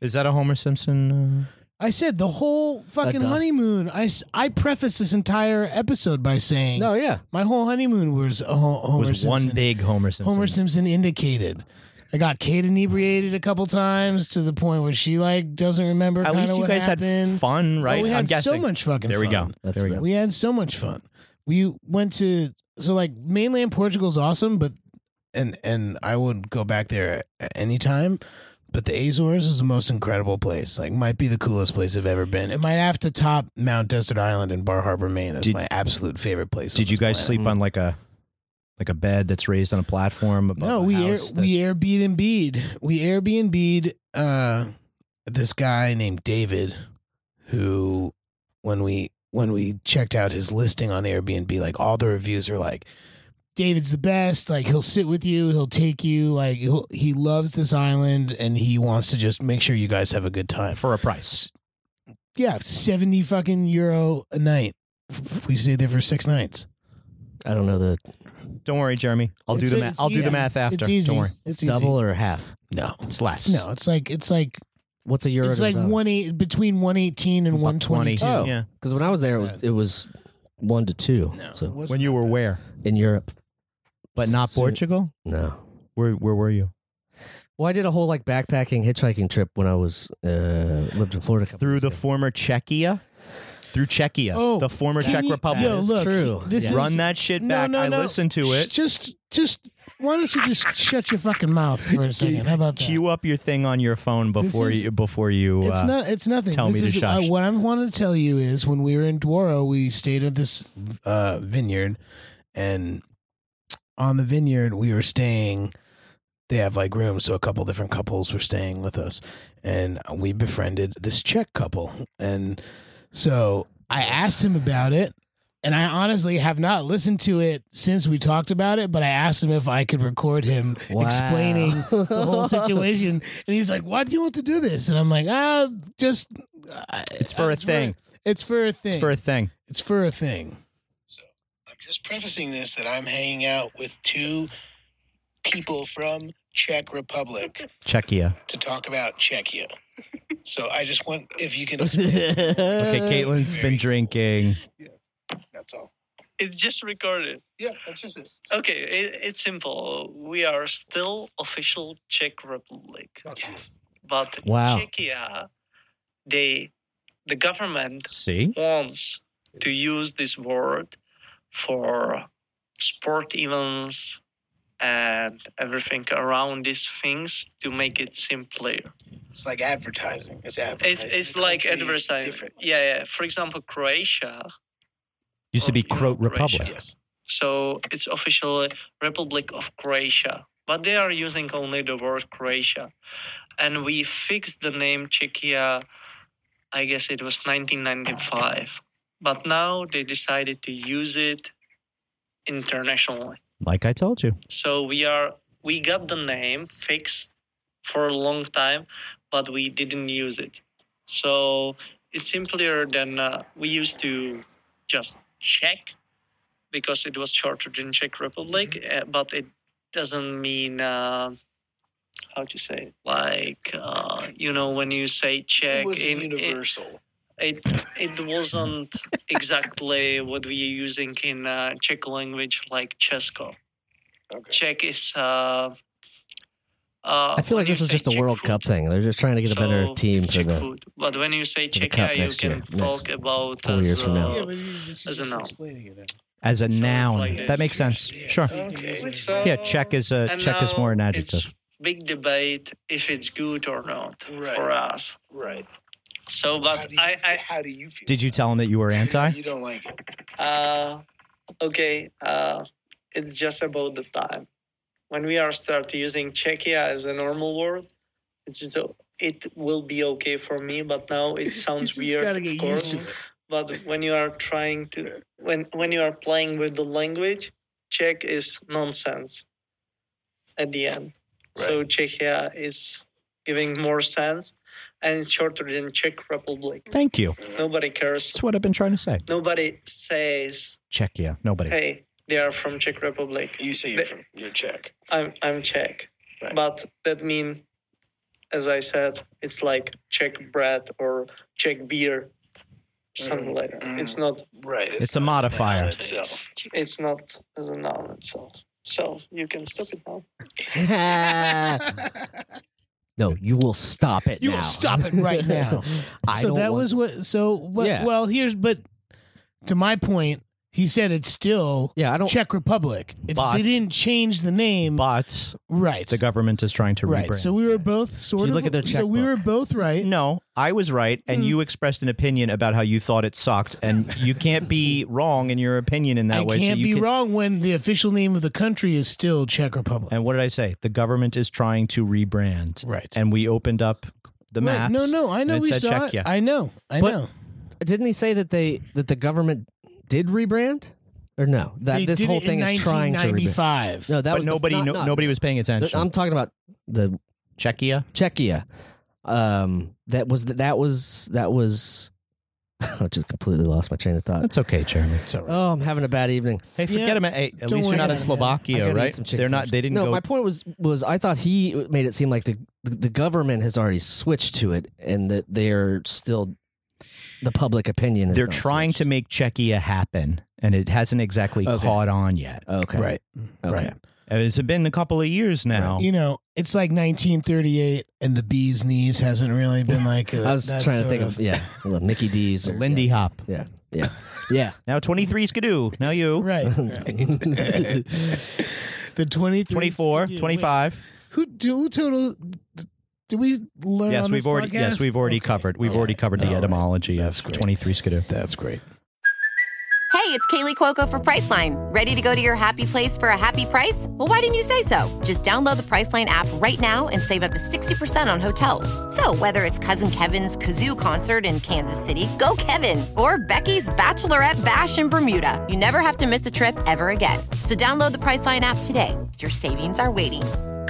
S3: Is that a Homer Simpson? uh,
S4: I said the whole fucking
S2: does-
S4: honeymoon. I, s- I prefaced this entire episode by saying
S2: No. Yeah.
S4: my whole honeymoon was a ho-
S3: Uh,
S4: Homer
S3: was
S4: Simpson.
S3: one big Homer Simpson?
S4: Homer Simpson indicated. I got Kate inebriated a couple times to the point where she like doesn't remember.
S3: At
S4: kinda
S3: least you
S4: what
S3: guys
S4: happened.
S3: had fun, right?
S4: Oh, we
S3: I'm
S4: had
S3: guessing.
S4: so much fucking.
S3: There we go.
S4: fun.
S2: That's
S3: there we go.
S4: We had so much fun. We went to so like mainland Portugal's awesome, but
S5: and and I would go back there at any time. But the Azores is the most incredible place. Like, might be the coolest place I've ever been. It might have to top Mount Desert Island and Bar Harbor, Maine. That's
S3: Did-
S5: my absolute favorite place. on
S3: Did you
S5: this
S3: guys
S5: planet.
S3: sleep on like a like a bed that's raised on a platform? Above
S4: no,
S3: a
S4: we air,
S3: house that-
S4: we Airbnb'd.
S5: We Airbnb'd uh, this guy named David, who when we when we checked out his listing on Airbnb, like all the reviews are like,
S4: David's the best. Like he'll sit with you, he'll take you. Like he'll, he loves this island, and he wants to just make sure you guys have a good time.
S3: for a price.
S4: Yeah, seventy fucking euro
S5: A night, F- we stayed there for six nights.
S2: I don't know the
S3: Don't worry, Jeremy. I'll do
S4: It's
S3: the
S4: e-
S3: math.
S4: it's
S3: I'll do
S4: easy.
S3: the math after.
S4: It's easy.
S3: Don't worry.
S4: It's
S2: double or half.
S5: No,
S3: It's less.
S4: Easy. No, it's like it's like
S2: What's a euro?
S4: it's like one eight between one eighteen and one twenty two.
S2: Oh.
S3: Yeah.
S2: Because when I was there, it was it was one to two.
S5: no. it
S2: So
S5: wasn't
S3: When you
S5: that
S3: were
S5: bad.
S3: where?
S2: in Europe,
S3: But not
S2: So-
S3: Portugal?
S2: no.
S3: Where where were you?
S2: Well, I did a whole like backpacking hitchhiking trip when I was uh, lived in Florida. a couple
S3: Through
S2: years
S3: the
S2: ago.
S3: former Czechia? Through Czechia.
S4: Oh,
S3: the former
S4: can
S3: Czech
S4: you-
S3: Republic.
S4: Yo, look,
S2: True.
S4: This
S2: Yeah.
S4: is,
S3: Run that shit
S4: No,
S3: back.
S4: no,
S3: I
S4: no.
S3: listened to
S4: Sh-
S3: it.
S4: Just just why don't you just shut your fucking mouth for a second? How about that?
S3: Cue up your thing on your phone before
S4: is-
S3: you before you
S4: It's
S3: uh,
S4: not. It's nothing.
S3: tell
S4: this
S3: me
S4: is,
S3: to shush.
S4: uh, what I want to tell you is when we were in Douro, we stayed at this
S5: uh, vineyard, and on the vineyard we were staying. They have like rooms, so a couple different couples were staying with us, and we befriended this Czech couple, and so
S4: I asked him about it, and I honestly have not listened to it since we talked about it. But I asked him if I could record him
S2: Wow.
S4: explaining the whole situation, and he's like, "Why do you want to do this?" And I'm like, "Ah, just I-
S3: It's for a thing.
S4: it's for a thing.
S3: it's for a thing.
S4: It's for a thing.
S5: I'm just prefacing this that I'm hanging out with two people from Czech Republic
S3: Czechia.
S5: to talk about Czechia. So I just want if you can
S3: Okay,
S4: Uh,
S3: Caitlin's been drinking.
S5: That's all.
S6: It's just recorded.
S5: Yeah, that's just it.
S6: Okay, it, it's simple. We are still official Czech Republic,
S5: Yes.
S6: but in
S2: Wow.
S6: Czechia, they, the government
S3: See?
S6: wants to use this word for sport events and everything around these things to make it simpler.
S5: It's like advertising. It's advertising.
S6: It's it's like
S5: Country,
S6: advertising.
S5: different.
S6: Yeah, yeah. For example, Croatia.
S3: Used to be
S6: Oh, yeah,
S3: Croat Republic.
S6: Croatia. So it's officially Republic of Croatia, but they are using only the word Croatia. And we fixed the name Czechia, I guess it was 1995. But now they decided to use it internationally.
S3: Like I told you.
S6: So we are we got the name fixed for a long time, but we didn't use it. So it's simpler than uh, we used to just check because it was shorter in Czech
S5: Mm-hmm.
S6: Republic, uh, but it doesn't mean uh, how to say it? like uh, you know when you say Czech
S5: It was
S6: in, in-
S5: universal.
S6: it it wasn't exactly what we are using in uh, Czech language like Česko.
S5: Okay.
S6: Czech is. Uh, uh,
S2: I feel
S6: when
S2: like
S6: you
S2: this is
S6: say
S2: just a
S6: Czech
S2: World
S6: food,
S2: Cup thing. They're just trying to get a better
S6: so
S2: team
S6: it's
S2: for
S6: Czech
S2: the.
S6: food. But when you say
S2: the
S6: Czechia,
S2: cup
S6: you
S2: next
S6: can
S2: year, next
S6: talk about
S2: four
S6: as,
S2: years from now.
S6: uh,
S2: Yeah,
S6: as a noun.
S3: As a
S6: So it's
S3: noun.
S6: like this.
S3: that makes sense. Sure.
S5: Okay.
S6: So-
S3: Yeah, Czech is a
S6: and
S3: Czech is
S6: now
S3: more an
S6: It's
S3: adjective.
S6: big debate if it's good or not
S5: Right.
S6: for us.
S5: Right.
S6: So,
S5: how
S6: but
S5: do you,
S6: I, I
S5: how do you feel?
S3: Did you tell him that you were anti?
S5: You don't like it.
S6: Uh, okay. Uh, it's just about the time when we are start using Czechia as a normal word. It's just, it will be okay for me, but now it sounds weird, of course. But when you are trying to when when you are playing with the language, Czech is nonsense. At the end, so Czechia is giving more sense, and it's shorter than Czech Republic.
S3: Thank you.
S6: Nobody cares.
S3: That's what I've been trying to say.
S6: Nobody says
S3: Czechia. Nobody.
S6: hey, they are from Czech Republic.
S5: You say you're,
S6: The-
S5: from, you're Czech.
S6: I'm I'm Czech,
S5: Right.
S6: but that mean, as I said, it's like Czech bread or Czech beer, something like that. It's not
S5: Mm. Right.
S3: It's
S5: not the
S3: a modifier.
S5: noun itself.
S6: it's uh, not as a noun itself. So you can stop it now.
S2: no, you will stop it
S4: You
S2: now.
S4: will stop it right now.
S2: I
S4: so
S2: don't
S4: that
S2: want-
S4: was what. So what,
S2: Yeah.
S4: well, here's but to my point, he said it's still
S2: Yeah, I don't.
S4: Czech Republic. It's
S3: But-
S4: they didn't change the name,
S3: But
S4: right?
S3: the government is trying to
S4: Right.
S3: rebrand.
S4: So we were both
S2: you
S4: sort of
S2: look at their
S4: so we were
S2: checkbook.
S4: both right.
S3: no, I was right, and
S4: Hmm.
S3: you expressed an opinion about how you thought it sucked, and you can't be wrong in your opinion in that
S4: I
S3: way. so
S4: can't
S3: you
S4: be
S3: can-
S4: wrong when the official name of the country is still Czech Republic.
S3: And what did I say? The government is trying to rebrand.
S5: Right.
S3: And we opened up the
S4: Right.
S3: maps.
S4: No, no, I
S3: and
S4: know
S3: it
S4: we
S3: said
S4: saw it.
S3: Czechia.
S4: I know, I
S2: But-
S4: know.
S2: didn't he say that they that the government did rebrand or no? That
S4: They
S2: this
S4: did
S2: whole
S4: it
S2: thing
S4: in
S2: is trying to rebrand.
S4: 1995.
S2: No, that
S3: but
S2: was the-
S3: nobody,
S2: not-
S3: no,
S2: not-
S3: nobody was paying
S2: the-
S3: attention.
S2: I'm talking about the
S3: Czechia.
S2: Czechia. Um, that was that was that was. I just completely lost my train of thought.
S3: That's okay, Jeremy.
S5: It's all right.
S2: Oh, I'm having a bad evening.
S3: Hey, forget
S4: Yeah.
S3: him. At, eight. at
S4: Don't
S3: least
S4: worry
S3: you're not in
S4: about it.
S2: I gotta
S3: Slovakia,
S2: eat
S3: right?
S2: some chicken
S3: They're not.
S2: sandwich.
S3: They didn't
S2: No,
S3: go.
S2: my point was was I thought he made it seem like the the, the government has already switched to it and that they're still the public opinion. Is
S3: they're trying to make Czechia happen, and it hasn't exactly
S2: Okay.
S3: caught on yet.
S2: to. Okay.
S5: Right. Right.
S3: Uh, It's been a couple of years now.
S4: Right.
S3: Yeah,
S4: Yeah.
S5: You know, it's like 1938, and the bee's knees hasn't really been like. uh, I
S2: I was trying to think of, yeah, well, Mickey D's or
S3: Lindy
S2: yeah,
S3: Hop.
S2: Yeah, yeah, yeah.
S3: Now 23 Skidoo. Now you.
S4: Right. The 23.
S3: 24,
S4: Wait,
S3: 25.
S4: Who, do, who total. Did we learn
S3: Yes,
S4: on
S3: we've
S4: this
S3: already yes,
S4: podcast?
S3: we've already covered. We've already covered the
S5: All right.
S3: etymology
S5: That's
S3: of
S5: great.
S3: 23 Skidoo.
S5: That's great.
S7: Hey, it's Kaylee Cuoco for Priceline. Ready to go to your happy place for a happy price? Well, why didn't you say so? Just download the Priceline app right now and save up to 60% on hotels. So, whether it's Cousin Kevin's Kazoo concert in Kansas City, go Kevin, or Becky's Bachelorette Bash in Bermuda, you never have to miss a trip ever again. So, download the Priceline app today. Your savings are waiting.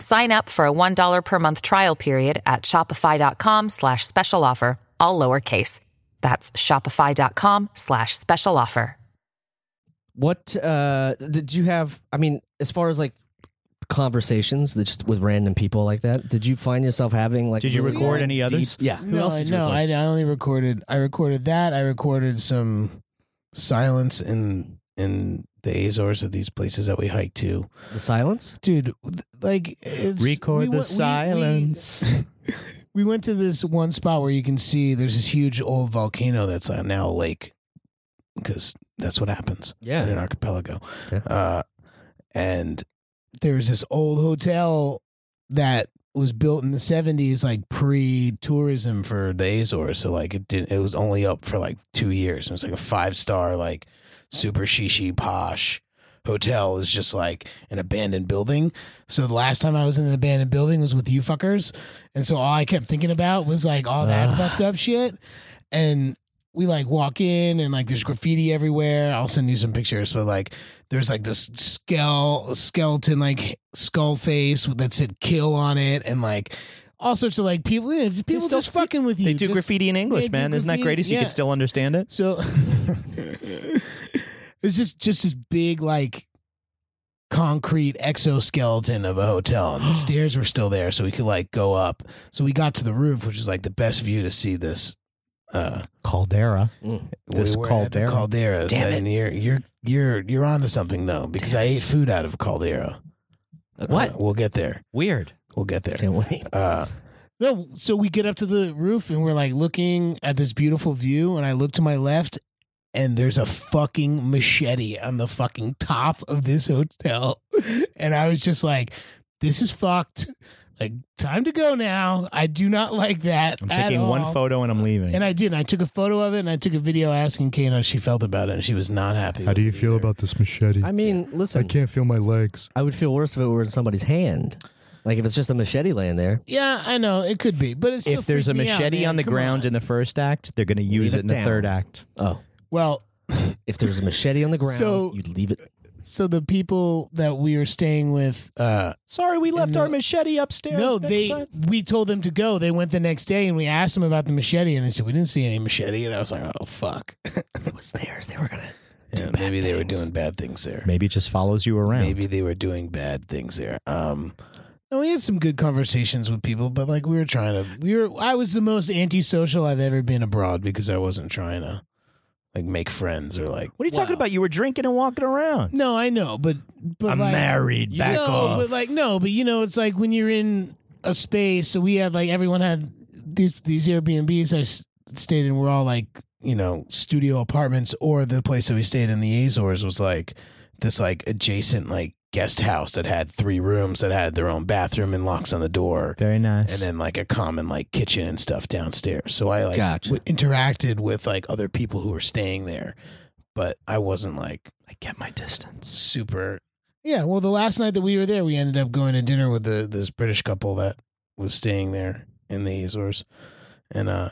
S8: Sign up for a $1 per month trial period at shopify.com slash special offer, all lowercase. That's shopify.com slash special offer.
S2: What uh, did you have? I mean, as far as like conversations that just with random people like that, did you find yourself having like?
S3: Did you
S2: really
S3: record any
S2: deep-
S3: others?
S2: Yeah. Who
S4: No,
S2: else
S4: I-
S2: did you
S4: no,
S2: record?
S4: I,
S5: I only recorded. I recorded that. I recorded some silence in in the Azores of these places that we hike to.
S2: the silence.
S4: dude th- like it's,
S3: Record
S4: we
S3: the
S4: went- we- we-
S3: silence.
S4: we, went to this one spot where you can see
S5: There's this huge old volcano that's uh, now a lake because that's what happens in an
S2: Yeah.
S5: archipelago.
S2: Yeah.
S5: Uh, and
S4: there was this old hotel that was built in the 70s like
S5: pre-tourism for the Azores, so like it didn't. It was only up for like two years. It was like a five-star, like super shishi posh hotel. Is just like an abandoned building.
S4: so the last time i was in an abandoned building was with you fuckers and so all i kept thinking about was like all that
S2: Ah.
S4: fucked up shit and we like walk in and like there's graffiti everywhere i'll send you some pictures but like there's like this skele- skeleton like skull face that said kill on it and like all sorts of like people yeah, just- people
S3: still
S4: just fucking with you
S3: They do
S4: Just-
S3: graffiti in
S4: they
S3: English,
S4: do
S3: man. Isn't that
S4: graffiti-
S3: great? So you
S4: yeah.
S3: can still understand it.
S4: So it's just just this big like concrete exoskeleton of a hotel, and the stairs were still there, so we could like go up. So we got to the roof, which is like the best view to see this. Uh,
S3: Caldera. This
S5: we were at the
S3: caldera.
S5: caldera.
S2: Damn it.
S5: and you're you're you're you're onto something though because I ate food out of caldera. Uh, we'll get there.
S3: Weird.
S5: We'll get there.
S2: Can't wait.
S5: Uh,
S4: no, so we get up to the roof, and we're like looking at this beautiful view, and I look to my left.
S5: and there's a fucking machete on the fucking top of this hotel.
S4: And I was just like, this is fucked. Like, time to go now. I do not like that.
S3: I'm
S4: at
S3: taking one
S4: all.
S3: photo and I'm leaving.
S4: And I did. And I took a photo of it and I took a video asking Kate how she felt
S5: About
S4: about it.
S5: it, and she was not happy.
S9: How
S5: with
S9: do you
S5: it
S9: feel
S5: either.
S9: about this machete?
S2: I mean,
S9: I
S2: listen, I,
S9: can't feel my legs.
S2: would feel worse if it were in somebody's hand. Like if it's just a machete laying there.
S4: Yeah, I know it could be, but it's
S3: if there's a machete on the ground in the first act, they're going to use
S2: Leave
S3: it
S2: it
S3: in the
S2: down.
S3: third act.
S2: Oh,
S4: well,
S2: if there was a machete on the ground,
S4: So-
S2: you'd leave it.
S4: so the people that we were staying with, uh,
S3: Sorry, we left
S4: the-
S3: our machete upstairs.
S4: no,
S3: next
S4: they
S3: time.
S4: we told them to go. They went the next day, and we asked them about the machete, and they said we didn't see any machete. And I was like, oh fuck,
S2: It was theirs. They were gonna.
S5: Yeah, maybe they were doing bad things there.
S3: Maybe it just follows you around.
S5: Maybe they were doing bad things there. Um,
S4: And we had some good conversations with people, but like we were trying to, we were. I was the most antisocial I've ever been abroad because I wasn't trying to.
S5: like make friends or like
S3: What are you talking
S5: wow.
S3: about? You were drinking and walking around.
S4: No, I know, but but
S3: I'm
S4: like,
S3: married. Back
S4: no,
S3: off.
S4: but like no, but you know, it's like when you're in a space. So we had like everyone had these these Airbnbs I s- stayed in. Were all like
S5: you know, studio apartments or the place that we stayed in the Azores was like this like adjacent like guest house that had three rooms that had their own bathroom and locks on the door.
S3: Very nice.
S5: And then like a common like kitchen and stuff downstairs. So I like
S2: Gotcha.
S5: w- interacted with like other people who were staying there, but I wasn't like
S3: I get my distance.
S5: super
S4: Yeah, well, the last night that we were there, we ended up going to dinner with
S5: with the this British couple that was staying there in the Azores, and uh,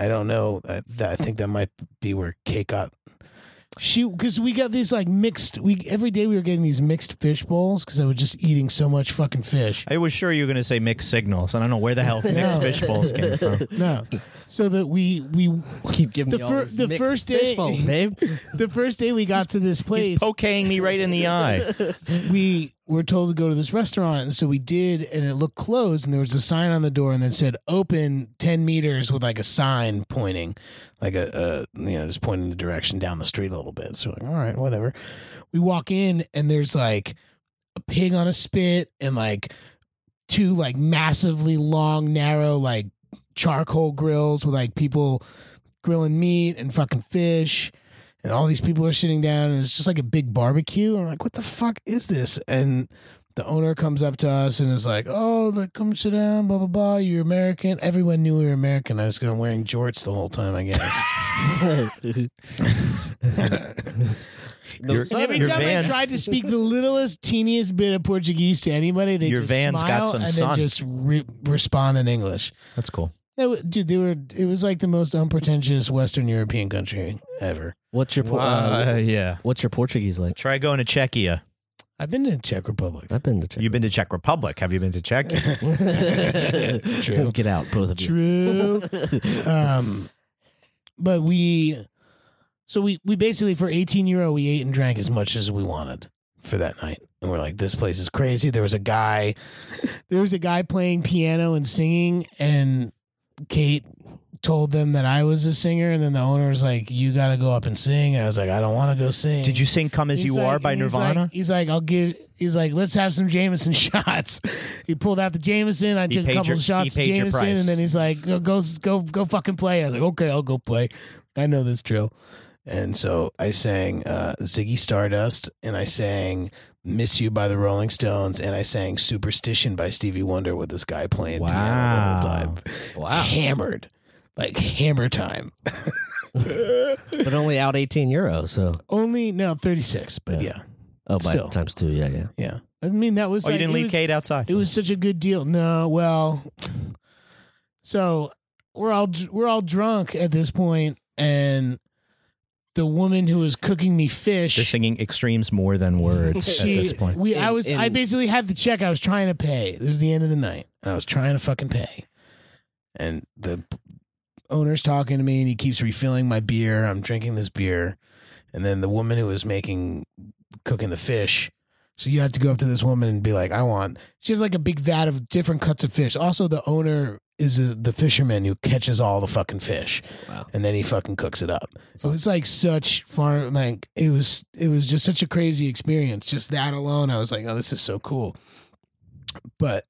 S5: I don't know. I, that, I think that might be where Kate got.
S4: she because we got these like mixed. We every day we were getting these mixed fish bowls because I was just eating so much fucking fish.
S3: I was sure you were going to say mixed signals. I don't know where the hell mixed
S4: No.
S3: fish bowls came from.
S4: No, so that we we
S2: Keep giving
S4: The
S2: me
S4: fir-
S2: all these
S4: the
S2: mixed
S4: first
S2: fish
S4: day-
S2: balls, babe.
S4: the first day we got to this place.
S3: He's poking me right in the eye.
S4: we were told to go to this restaurant, and so we did, and it looked closed, and there was a sign on the door, and then said "open ten meters" with like a sign pointing.
S5: Like a, a you know, just pointing the direction down the street a little bit. So we're like, all right, whatever.
S4: We walk in, and there's like a pig on a spit, and like two like massively long, narrow like charcoal grills with like people grilling meat and fucking fish.
S5: And all these people are sitting down, and it's just like a big barbecue. And I'm like, what the fuck is this? And
S4: The owner comes up to us and is like, "Oh, like come sit down, blah blah blah. You're American. Everyone knew we were American. I was gonna
S5: I'm
S4: wear
S5: wearing jorts the whole time, I guess.
S2: Those
S4: And
S2: Southern-
S4: every
S3: Your
S4: time
S3: van's-
S4: I tried to speak the littlest, teeniest bit of Portuguese to anybody, they
S3: Your
S4: just
S3: van's got
S4: smile
S3: some
S4: and
S3: sun.
S4: then just re- respond in English.
S3: That's cool.
S4: They were- dude, they were. It was like the most unpretentious Western European country ever.
S2: What's your por-
S3: Uh,
S2: uh,
S3: yeah.
S2: what's your Portuguese like?
S3: Try going to Czechia.
S4: I've been to Czech Republic.
S2: I've been to Czech.
S3: You've been to Czech Republic. Have you been to Czechia?
S2: True. Get out, both of you.
S4: True, um, but we. So we we basically for eighteen euro we ate and drank as
S5: as much as we wanted for that night. And we're like, this place is crazy. There was a guy.
S4: there was a guy playing piano and singing and kate told them that i was a singer and then the owner was like you gotta go up and sing and i was like i don't want to go sing
S3: Did you sing Come As
S4: He's
S3: You
S4: like-
S3: Are by
S4: he's
S3: Nirvana?
S4: like- he's like i'll give he's like let's have some jameson shots he pulled out the jameson i
S3: He
S4: took a
S3: paid
S4: couple
S3: your-
S4: of shots
S3: he
S4: of
S3: paid your
S4: jameson
S3: price.
S4: and then he's like go, go go go fucking play i was like okay i'll go play i know this drill
S5: And so I sang uh, Ziggy Stardust and I sang Miss You by the Rolling Stones and I sang Superstition by Stevie Wonder with this guy playing piano the whole
S3: Wow.
S5: time. Wow. Hammered. Like hammer time.
S2: But only out 18 euros. So,
S4: only no 36
S5: Yeah.
S4: but yeah,
S5: Yeah.
S2: oh, by
S5: Still.
S2: times two. Yeah, yeah.
S4: i mean that was
S3: oh, you
S4: like-
S3: didn't
S4: it
S3: leave
S4: was-
S3: Kate outside?
S4: It was such a good deal. No, well, so we're all we're all drunk at this point, and the woman who was cooking me
S3: They're
S4: fish.
S3: singing extremes more than words at
S4: she-
S3: this point.
S4: we I
S2: In-
S4: was I
S2: in-
S4: basically had the check I was trying to pay.
S5: It was the end of the night. And I was trying to fucking pay. And the owner's talking to me and he keeps refilling my beer. I'm drinking this beer. And then the woman who was making, cooking the fish.
S4: So you have to go up to this woman and be like, I want. She has like a big vat of different cuts of fish. Also, the owner
S5: is a, the fisherman who catches all the fucking fish,
S2: Wow.
S5: and then he fucking cooks it up.
S4: So it's like such fun. Like it was, it was just such a crazy experience. Just that alone, I was like, oh, this is so cool.
S5: But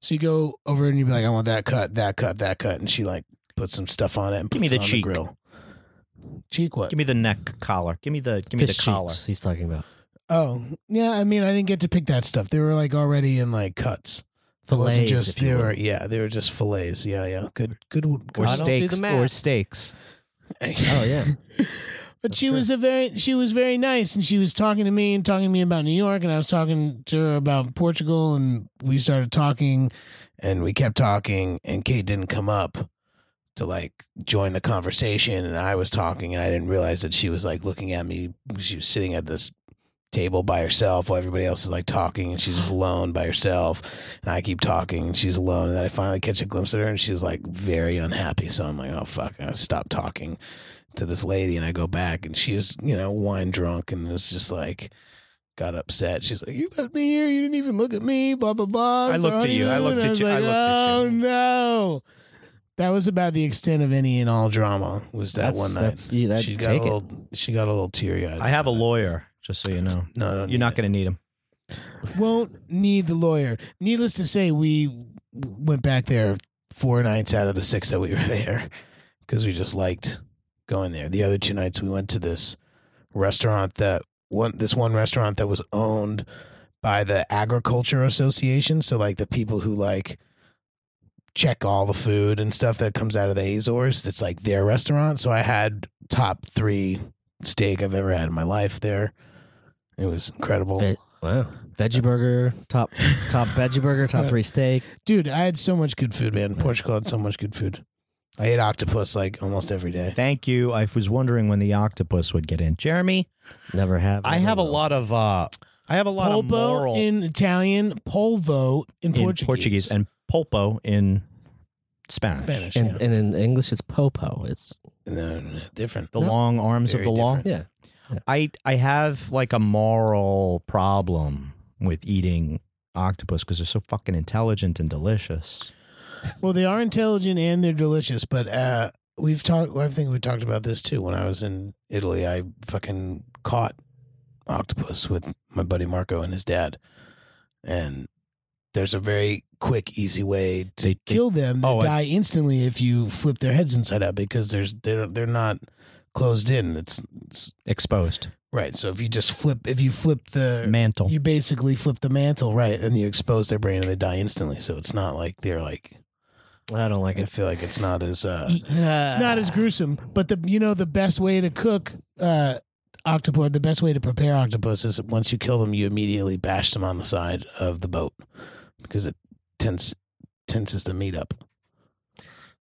S5: so you go over and you be like, I want that cut, that cut, that cut, and she like puts some stuff on it and
S3: Give
S5: puts
S3: me
S5: it
S3: the
S5: on
S3: cheek.
S5: the grill. Cheek what?
S3: Give me the neck collar. Give me the give me
S2: Fish
S3: the collar.
S2: cheeks he's talking about.
S5: oh yeah, I mean I didn't get to pick that stuff. They were like already in like cuts. It
S2: Fillets,
S5: wasn't just
S2: if you
S5: they
S2: will.
S5: were yeah they were just fillets. Yeah yeah good good.
S3: Or
S5: good.
S2: I don't do the
S3: steaks.
S2: math.
S3: or steaks.
S2: Oh, yeah.
S4: But she was a very she was very nice, and she was talking to me and talking to me about New York, and I was talking to her about Portugal, and we started talking.
S5: and we kept talking and Kate didn't come up to like join the conversation and I was talking and I didn't realize that she was like looking at me she was sitting at this table by herself while everybody else is like talking and she's alone by herself and I keep talking and she's alone and then I finally catch a glimpse of her and she's like very unhappy so I'm like oh fuck I stop talking to this lady and I go back and she was you know wine drunk and was just like got upset she's like you left me here you didn't even look at me blah blah blah
S3: I
S5: It's
S3: looked
S5: our
S3: at you. I
S5: honeymoon."
S3: looked at
S5: was
S3: you. I
S5: like,
S3: looked at
S5: "Oh,
S3: you."
S4: Oh no!
S5: that was about the extent of any and all drama. Was that
S2: That's-
S5: one night?
S2: that's- yeah, that-
S5: she got
S2: take
S5: a
S2: it.
S5: little. She got a little teary eyed.
S3: I have a lawyer, just so you know.
S5: No, no,
S3: You're not going to need him.
S4: Won't need the lawyer.
S5: Needless to say, we went back there four nights out of the six that we were there because we just liked going there. The other two nights we went to this restaurant that one this one restaurant that was owned by the agriculture association. So like the people who like check all the food and stuff that comes out of the Azores. That's like their restaurant. So I had top three steak I've ever had in my life there. It was incredible.
S2: Ve- wow. Veggie burger, top top veggie burger, top three steak.
S5: Dude, I had so much good food, man. Portugal had so much good food. I ate octopus like almost every day.
S3: Thank you. I was wondering when the octopus would get in. Jeremy,
S2: Never have.
S3: I
S2: never
S3: have a
S2: will.
S3: lot of uh I have a lot of
S4: Polpo
S3: moral
S4: in Italian, polvo in
S3: in
S4: Portuguese.
S3: Portuguese and pulpo in Spanish.
S5: Spanish.
S2: And,
S5: yeah.
S2: and in English, it's popo. It's
S5: No, no, different.
S3: The long arms
S5: Very
S3: of the law.
S5: different.
S2: yeah.
S3: I I have like a moral problem with eating octopus because they're so fucking intelligent and delicious.
S4: Well,
S5: Well, they are intelligent and they're delicious, but uh, we've talked. I think we talked about this too. When I was in Italy, I fucking caught octopus with my buddy Marco and his dad, and there's a very quick, easy way to
S3: They- they-
S5: kill them. They
S3: Oh, I-
S5: die instantly if you flip their heads inside out because there's they're they're not closed in. It's, it's
S3: Exposed.
S5: right. So if you just flip, if you flip
S4: Uh,
S5: the
S3: Mantle.
S5: you basically flip the mantle, right, and you expose their brain and they die instantly. So it's not like they're like
S2: I don't like
S5: I
S2: it.
S5: feel like it's not as uh,
S4: it's not
S3: Ah.
S4: as gruesome, but the you know the best way to cook uh, octopus, the best way to prepare octopus.
S5: octopus is once you kill them, you immediately bash them on the side of the boat because it tense tenses the meat up.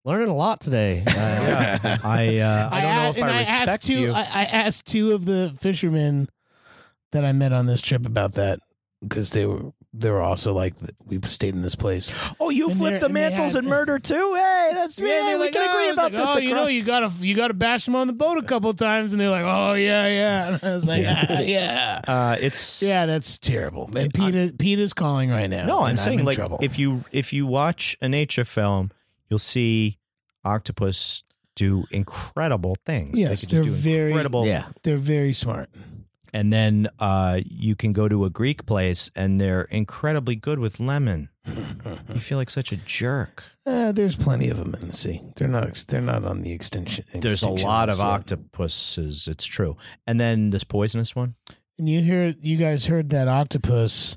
S2: Learning a lot today. Uh,
S3: I uh, I don't know if
S4: and
S3: I
S4: asked uh,
S3: respect
S4: two,
S3: you.
S4: I, I asked two of the fishermen.
S5: That I met on this trip about that because they were they were also like th- we stayed in this place.
S3: Oh, you
S4: And
S3: flipped
S4: they're-
S3: the
S4: and they
S3: mantles
S4: had-
S3: and murder too. Hey, that's me.
S4: they're
S3: we
S4: like,
S3: can
S4: oh,
S3: agree
S4: I was
S3: about
S4: like,
S3: this.
S4: Oh, you know,
S3: across-
S4: you gotta you gotta bash them on the boat a couple times, and they're like, oh yeah, yeah. And I was like,
S3: Yeah.
S4: ah, yeah,
S3: uh, it's
S4: yeah. That's
S5: Terrible.
S4: and Peter Peter's calling right now.
S3: No,
S5: and
S3: I'm
S5: I'm
S3: saying
S5: in
S3: like
S5: trouble.
S3: if you if you watch a nature film, you'll see octopus do incredible things.
S5: Yes,
S3: they could
S5: they're
S3: just do
S5: very-
S3: incredible.
S2: yeah.
S5: They're very smart.
S3: And then uh, you can go to a Greek place and they're incredibly good with lemon. you feel like such a jerk.
S5: Uh, there's plenty of them in the sea. They're not. ex- They're not on the extinction.
S3: There's a
S5: extinction
S3: lot of
S5: list yet.
S3: octopuses. It's true. And then this poisonous one.
S5: And you hear, you guys heard that octopus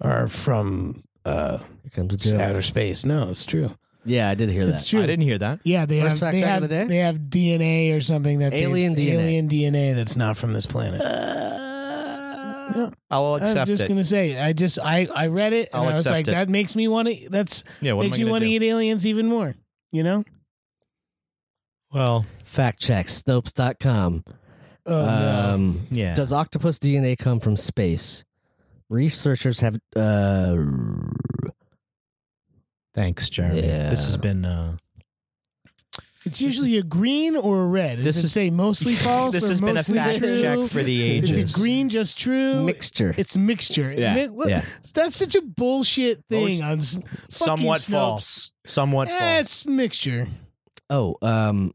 S5: are from uh,
S2: Here comes a joke.
S5: outer space. No, it's true.
S2: Yeah, I did hear that.
S4: It's true.
S3: I didn't hear that.
S4: Yeah, they
S2: First
S4: have
S2: fact
S4: they
S2: back
S4: have
S2: of the day?
S4: they have DNA or something that they've-
S2: Alien DNA.
S4: alien DNA that's
S5: It's not from this planet.
S2: Uh,
S4: no,
S3: I'll
S4: I'm
S3: accept
S4: just
S3: it.
S4: gonna say I just I I read it and
S3: I'll
S4: I was
S3: accept
S4: like
S3: it.
S4: that makes me want to that's
S3: yeah, what am
S4: makes
S3: I
S4: me
S3: going
S4: want
S3: to
S4: to
S3: do?
S4: eat aliens even more. You know?
S3: Well,
S2: Fact check, Snopes.com.
S4: Oh no.
S2: um,
S3: yeah.
S2: Does octopus DNA come from space? Researchers have. Uh,
S3: Thanks, Jeremy.
S2: Yeah.
S3: This has been. Uh,
S4: It's usually a green or a red. Does
S3: This
S4: this it
S3: is-
S4: say mostly false?
S3: this
S4: or
S3: has been a
S4: mostly
S3: fact
S4: true?
S3: check for the
S4: Is
S3: ages.
S4: it green just true?
S2: mixture.
S4: It's mixture. It
S3: Yeah.
S4: mi- look,
S2: Yeah.
S4: That's such a bullshit thing.
S3: Most-
S4: on s- fuck you,
S3: somewhat
S4: Snopes.
S3: false. Somewhat
S4: Eh,
S3: false.
S4: it's mixture.
S2: Oh, um,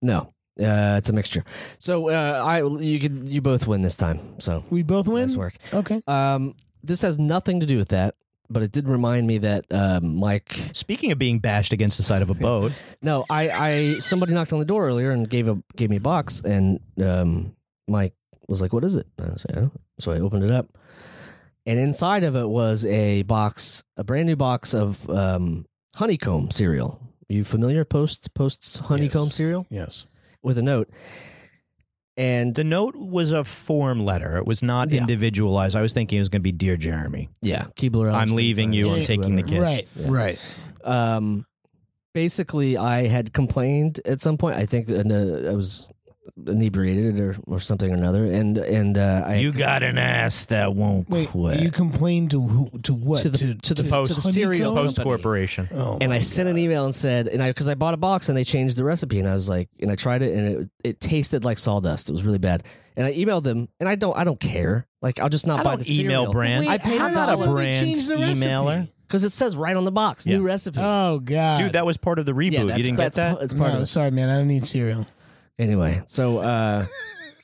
S2: no, uh, it's a mixture. So uh, I, you could, you both win this time. So
S4: We both win.
S2: nice work.
S4: Okay.
S2: Um, this has nothing to do with that, but it did remind me that um, Mike.
S3: Speaking of being bashed against the side of a boat,
S2: No, I, I somebody knocked on the door earlier and gave a gave me a box, and um, Mike was like, "What is it?" And I was like, "Oh." So I opened it up, and inside of it was a box, a brand new box of um, honeycomb cereal. You familiar posts posts honeycomb
S5: Yes.
S2: cereal
S5: Yes.
S2: with a note, and
S3: the note was a form letter. It was not
S2: Yeah.
S3: individualized. I was thinking it was going to be Dear Jeremy.
S2: yeah, Keebler.
S3: I'm
S2: Ellis,
S3: leaving
S2: that's
S3: you.
S2: on
S3: I'm
S2: it,
S3: taking the
S2: whoever.
S3: kids.
S4: Right.
S2: Yeah.
S5: Right.
S2: um, basically I had complained at some point. I think and, uh, I was inebriated or, or something or another, and and uh, I
S3: You got an ass that won't
S4: Wait,
S3: quit.
S4: you complained to who? To what?
S2: To the- to the
S3: post
S2: to the cereal
S3: post
S2: company.
S3: corporation.
S5: Oh,
S2: and
S5: my
S2: I sent an email and said, and I because I bought a box and they changed the recipe, and I was like, and I tried it, and it it tasted like sawdust. It was really bad. And I emailed them, and I don't I don't care. Like I'll just not
S3: I
S2: buy
S3: don't
S2: the
S3: email
S2: cereal.
S3: brands.
S2: I
S4: Wait,
S2: paid
S4: how
S2: a
S4: the
S2: dollar
S4: hell did they
S3: brands
S4: change the
S3: emailer.
S4: recipe?
S2: because it says right on the box, new
S3: Yeah.
S2: recipe.
S4: Oh God,
S3: Dude, that was part of the reboot.
S2: yeah, that's,
S3: you didn't get
S2: that's,
S3: that?
S2: It's part
S4: no,
S2: of it.
S4: sorry, man. I don't need cereal
S2: Anyway, so uh,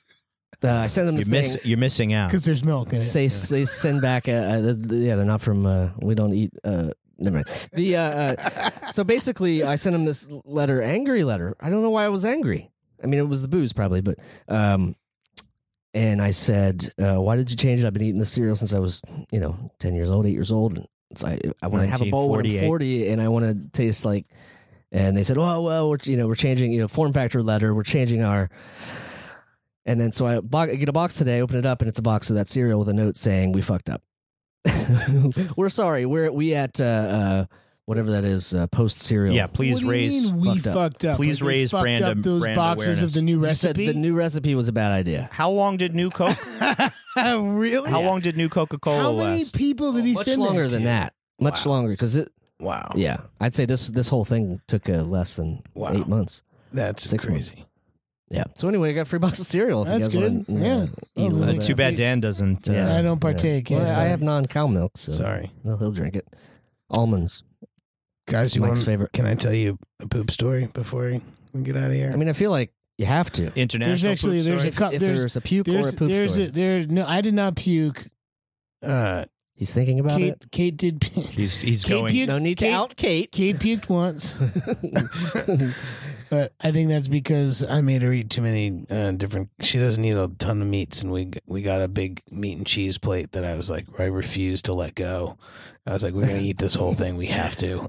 S2: uh, I sent them
S3: You're,
S2: this
S3: miss,
S2: thing.
S3: you're missing out.
S4: because there's milk in it.
S2: Say, they send back. uh uh, th- th- yeah, they're not from. Uh, we don't eat uh, Never mind. The uh, uh, so basically, I sent him this letter, angry letter. I don't know why I was angry. I mean, it was the booze probably, but um, and I said, uh, "Why did you change it? I've been eating this cereal since I was, you know, ten years old, eight years old. And it's I, I want to have a bowl when I'm
S3: 1948.
S2: forty, and I want to taste like." And they said, "Oh well, we're you know we're changing you know form factor letter. We're changing our." And then so I, bo- I get a box today, open it up, and it's a box of that cereal with a note saying, "We fucked up." we're sorry. We're we at uh, uh, whatever that is uh, post cereal.
S3: Yeah, please
S4: What do you
S3: raise.
S4: mean we
S2: fucked up.
S4: fucked up.
S3: Please
S4: Like, they
S3: raise
S4: fucked
S3: brand
S4: up
S3: am-
S4: those
S3: brand
S4: boxes of
S3: awareness.
S4: the new
S2: You said
S4: recipe.
S2: the new recipe was a bad idea.
S3: How long did New Coke?
S5: really?
S3: How long did New Coca Cola
S4: How many
S3: last?
S4: people did he
S2: Much
S4: send
S2: longer
S4: that
S2: than
S4: to?
S2: that. Much longer because it.
S5: Wow.
S2: Yeah, I'd say this this whole thing took uh, less than
S5: Wow.
S2: eight months.
S5: That's
S2: Six
S5: crazy.
S2: Yeah. So anyway, I got a free box of cereal. If
S4: That's
S2: you guys
S4: good.
S2: Want to,
S4: Yeah. Oh,
S2: little
S4: that's
S2: bit.
S4: too
S3: Too bad Dan doesn't. Uh,
S2: Yeah.
S4: I don't partake. Yeah,
S2: Well, I
S4: sorry.
S2: have non cow milk, so
S5: Sorry.
S2: no, he'll drink it. Almonds.
S5: Guys, you
S2: Mike's
S5: want,
S2: favorite.
S5: Can I tell you a poop story before we get out of here?
S2: I mean, I feel like you have to.
S3: International.
S4: There's actually
S3: poop
S4: there's
S3: story.
S4: a cup
S2: if
S4: there's
S2: there's a puke or
S4: there's
S2: a poop
S4: there's
S2: story,
S4: A, there no I did not puke.
S5: uh,
S2: he's thinking about
S4: Kate
S2: it.
S4: Kate did.
S3: He's he's
S4: Kate
S3: going.
S4: Pugh-
S2: No need to
S4: Kate-
S2: out Kate.
S4: Kate puked once,
S5: but I think that's because I made her eat too many uh, different. She doesn't eat a ton of meats, and we we got a big meat and cheese plate that I was like, I refuse to let go. I was like, we're gonna eat this whole thing. We have to.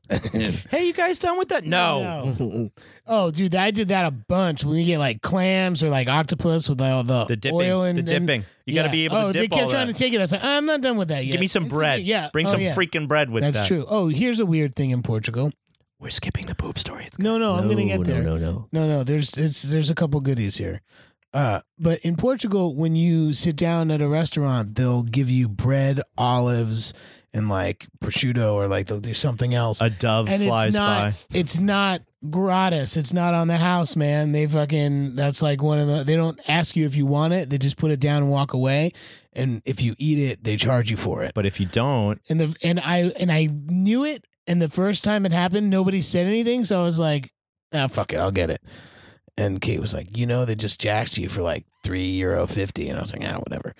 S3: Hey, you guys done with that? No.
S4: Oh, dude, I did that a bunch. When you get like clams or like octopus with all the,
S3: The dipping.
S4: oil and
S3: the
S4: and-
S3: dipping. You got to
S4: Yeah.
S3: be able
S4: oh,
S3: to
S4: they
S3: dip
S4: kept
S3: all
S4: trying
S3: that.
S4: to take it. I was like, I'm not done with that yet.
S3: Give me some
S4: It's okay.
S3: bread.
S4: Yeah,
S3: Bring
S4: Oh,
S3: some
S4: yeah.
S3: freaking bread with
S4: That's
S3: that.
S4: true. Oh, here's a weird thing in Portugal.
S3: We're skipping the poop story. It's
S4: No, no, I'm gonna get there.
S2: No, no, no.
S4: No, no, there's it's there's a couple goodies here. Uh, but in Portugal, when you sit down at a restaurant, they'll give you bread, olives, and like prosciutto, or like they'll do something else.
S3: A dove
S4: and
S3: flies
S4: it's not
S3: by.
S4: it's not gratis. It's not on the house, man. They fucking that's like one of the they don't ask you if you want it. They just put it down and walk away. And if you eat it, they charge you for it.
S3: But if you don't,
S4: And the and I and I knew it. And the first time it happened, nobody said anything. So I was like,
S5: ah, fuck it, I'll get it. And Kate was like, you know, they just jacked you for like three euro fifty, and I was like, ah, whatever.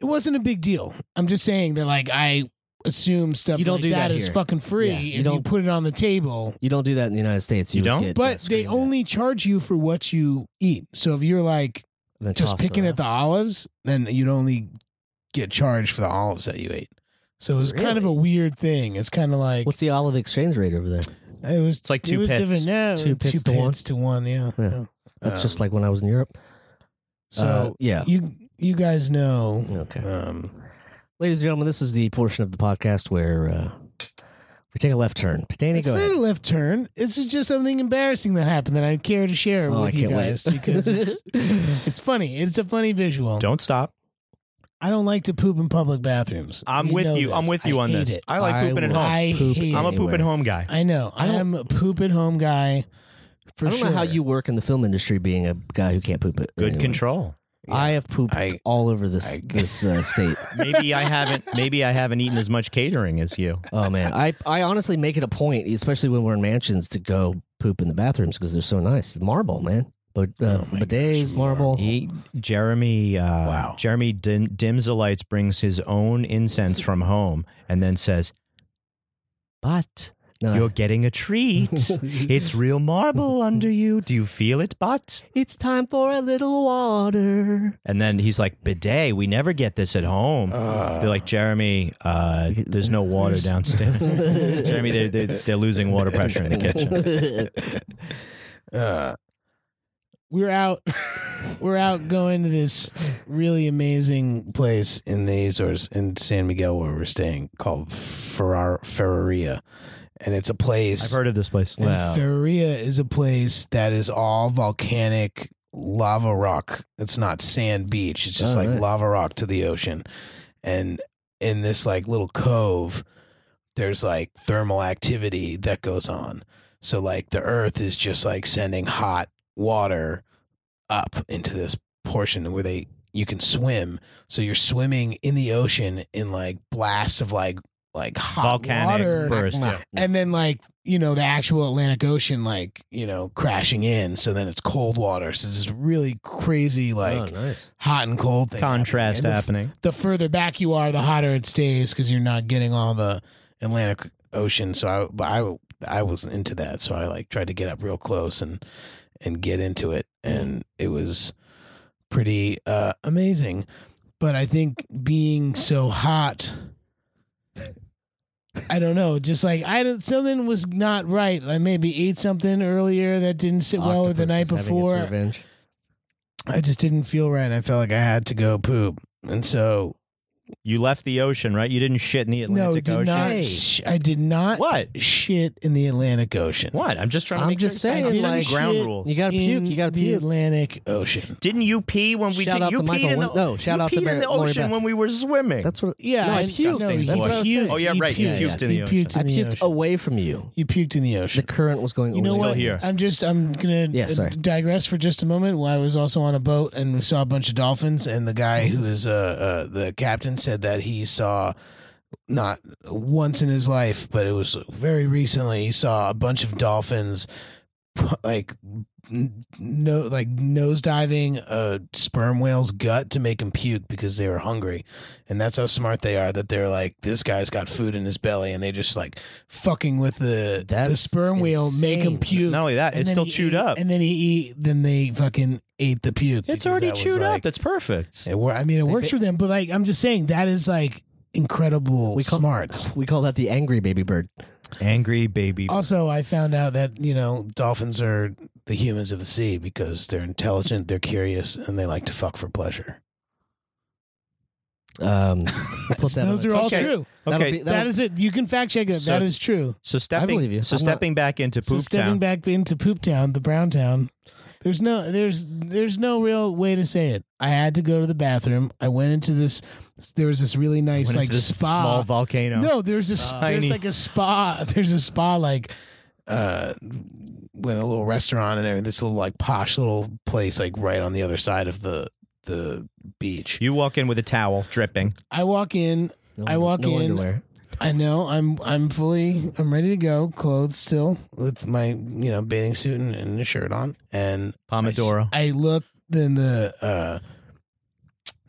S4: it wasn't a big deal. I'm just saying that like I assume stuff
S2: You don't
S4: like
S2: do that
S4: that is
S2: here.
S4: fucking free
S2: Yeah,
S4: if
S2: you
S4: you
S2: don't-
S4: put it on the table.
S2: You don't do that in the United States.
S3: You
S2: would
S3: don't?
S2: get, uh,
S4: But they
S2: screamed at.
S4: only charge you for what you eat. So if you're like
S2: And then
S4: just
S2: tossed
S4: picking
S2: around.
S4: at the olives,
S5: Then you'd only get charged for the olives that you ate.
S4: so it was kind of a weird thing. It's kind of like
S2: What's the olive exchange rate over there?
S4: it was.
S3: It's like
S4: it
S3: two
S4: was
S3: pits.
S4: Different. No,
S2: Two
S4: it's
S2: pits
S4: two
S2: to one.
S4: pits to one. Yeah.
S2: Yeah.
S4: Yeah.
S2: That's
S5: Um,
S2: just like when I was in Europe.
S4: So
S2: Uh, yeah.
S4: you you guys know
S2: Okay.
S5: Um,
S2: Ladies and gentlemen, this is the portion of the podcast where uh, we take a left turn. Danny,
S4: it's
S2: go
S4: not
S2: ahead.
S4: a left turn. It's just something embarrassing that happened that I care to share
S2: Oh, I
S4: with you
S2: can't wait.
S4: guys because it's, it's funny. It's a funny visual.
S3: don't stop.
S4: I don't like to poop in public bathrooms.
S3: I'm
S4: You know
S3: with you. I'm
S4: this.
S3: with you
S4: I
S3: on
S4: hate
S3: this.
S4: it.
S3: I like pooping at
S2: will
S3: home.
S4: I
S2: poop
S4: hate
S3: I'm a poop at
S2: anywhere.
S3: home guy.
S4: I know. I am a poop at home guy. For
S2: I don't
S4: sure.
S2: know how you work in the film industry being a guy who can't poop it.
S3: Good
S2: anywhere.
S3: control.
S2: I have pooped
S5: I-
S2: all over this this uh, state.
S3: Maybe I haven't. Maybe I haven't eaten as much catering as you.
S2: Oh man, I I honestly make it a point, especially when we're in mansions, to go poop in the bathrooms because they're so nice. Marble, man, but
S3: Oh,
S2: uh, bidets, marble.
S3: He, Jeremy, uh,
S5: Wow.
S3: Jeremy Dim- Dimselites brings his own incense from home and then says, "But
S2: No,
S3: you're getting a treat. it's real marble under you. Do you feel it, but?"
S2: it's time for a little water.
S3: And then he's like, "Bidet. We never get this at home."
S2: Uh.
S3: They're like, "Jeremy, uh, there's no water downstairs. Jeremy, they're, they're, they're losing water pressure in the kitchen."
S5: uh,
S4: we're out we're out going to this really amazing
S5: place in the Azores in San Miguel where we're staying called Ferrar Ferraria, and it's a place.
S3: I've heard of this place.
S5: and Ferraria is a place that is all volcanic lava rock. It's not sand beach. It's just
S2: Oh,
S5: like
S2: nice.
S5: lava rock to the ocean, and in this like little cove, there's like thermal activity that goes on. So like the Earth is just like sending hot water up into this portion where they you can swim. So you're swimming in the ocean in like blasts of like like hot
S3: Volcanic
S5: water,
S3: burst. yeah.
S5: and then like you know the actual Atlantic Ocean like you know crashing in. So then it's cold water. So this is really crazy like
S2: oh, nice.
S5: hot and cold thing.
S3: Contrast
S5: happening. And the f-
S3: happening.
S4: the further back you are the hotter it stays because you're not getting all the atlantic
S5: ocean. So I, but I, I was into that. So I like tried to get up real close and and get into it, and it was pretty uh, amazing. But I think being so hot,
S4: I don't know. Just like I don't, something was not right. I maybe ate something earlier that didn't sit well with the
S2: Octopus
S4: night
S2: is having its
S4: before.
S2: revenge.
S5: I just didn't feel right. And I felt like I had to go poop, and so
S3: You left the ocean, right? You didn't shit in the
S4: No,
S3: Atlantic
S4: did
S3: Ocean.
S4: not.
S2: Hey.
S4: Sh- I did not.
S3: What?
S5: shit in the Atlantic Ocean.
S3: What? I'm just trying to
S2: I'm
S3: make
S2: just
S3: sure.
S2: saying,
S3: I did
S2: like,
S3: ground
S4: shit-
S3: rules.
S2: You gotta puke.
S4: in
S2: You gotta
S4: the
S2: puke.
S4: Atlantic.
S5: Ocean.
S3: Didn't you pee when we
S2: Shout
S3: did?
S2: out
S3: you
S2: to
S3: peed
S2: Michael
S3: in the
S2: Win- no, shout
S3: you
S2: out to
S3: peed in
S2: Mary-
S3: the
S2: Lori
S3: ocean
S2: Beth.
S3: when we were swimming.
S2: That's what.
S4: Yeah,
S2: no, I
S4: I-
S2: puked.
S4: no,
S2: That's what
S4: he
S2: I was
S4: puked.
S2: saying.
S3: Oh, yeah,
S4: He
S3: right. You
S4: puked.
S3: puked in the
S4: He
S3: ocean.
S4: puked
S2: I
S4: in the
S2: puked
S4: ocean.
S2: away from you.
S5: You puked in the ocean.
S2: The current was going.
S4: You know
S2: over.
S4: what?
S3: here.
S4: I'm just I'm gonna
S2: Yeah,
S4: uh,
S2: sorry.
S4: digress for just a moment. Well, I was also on a boat and
S5: and we saw a bunch of dolphins. And the guy who is uh, uh, the captain said that he saw not once in his life, but it was very recently. He saw a bunch of dolphins, pu- like n- no, like nosediving a sperm whale's gut to make him puke because they were hungry, and that's how smart they are. That they're like, this guy's got food in his belly, and they just like fucking with the the
S2: That's
S5: sperm whale, make him
S2: insane.
S5: puke.
S3: Not only that,
S5: And
S3: it's
S5: then
S3: still
S5: he
S3: chewed
S5: ate-
S3: up.
S5: and then he eat. Then they fucking ate the puke.
S3: It's
S5: because
S3: already
S5: that was,
S3: chewed up.
S5: like-
S3: That's perfect.
S5: it wor- I mean, it works
S2: ba-
S5: for them, but like I'm just saying that is like incredible
S2: We call-
S5: smarts.
S2: We call that the angry baby bird.
S3: Angry baby.
S5: Also, I found out that you know dolphins are the humans of the sea because they're intelligent, they're curious, and they like to fuck for pleasure.
S2: Um, put that on
S4: those
S2: a
S4: are all
S3: Okay.
S4: true.
S2: That'll
S3: Okay.
S2: be-
S4: That is it. You can fact check that.
S3: So-
S4: that is true.
S3: So stepping.
S2: believe you.
S3: So
S2: I'm not-
S3: stepping back into
S4: So
S3: poop
S4: stepping
S3: town.
S4: back into Poop Town, the Brown Town. There's no there's there's no real way to say it. I had to go to the bathroom. I went into this. There was this really nice
S3: Went into
S4: like
S3: this
S4: spa.
S3: small volcano.
S4: No, there's this.
S3: Tiny.
S4: there's like a spa. There's a spa like
S5: Uh, with a little restaurant and everything, this little like posh little place, like right on the other side of the the beach.
S3: You walk in with a towel dripping.
S4: I walk in.
S2: No,
S4: I walk
S2: no
S4: in.
S2: underwear.
S5: I know. I'm I'm fully I'm ready to go, clothed still with my you know bathing suit and, and a shirt on, and
S3: Pomodoro.
S5: I, s- I look then the uh,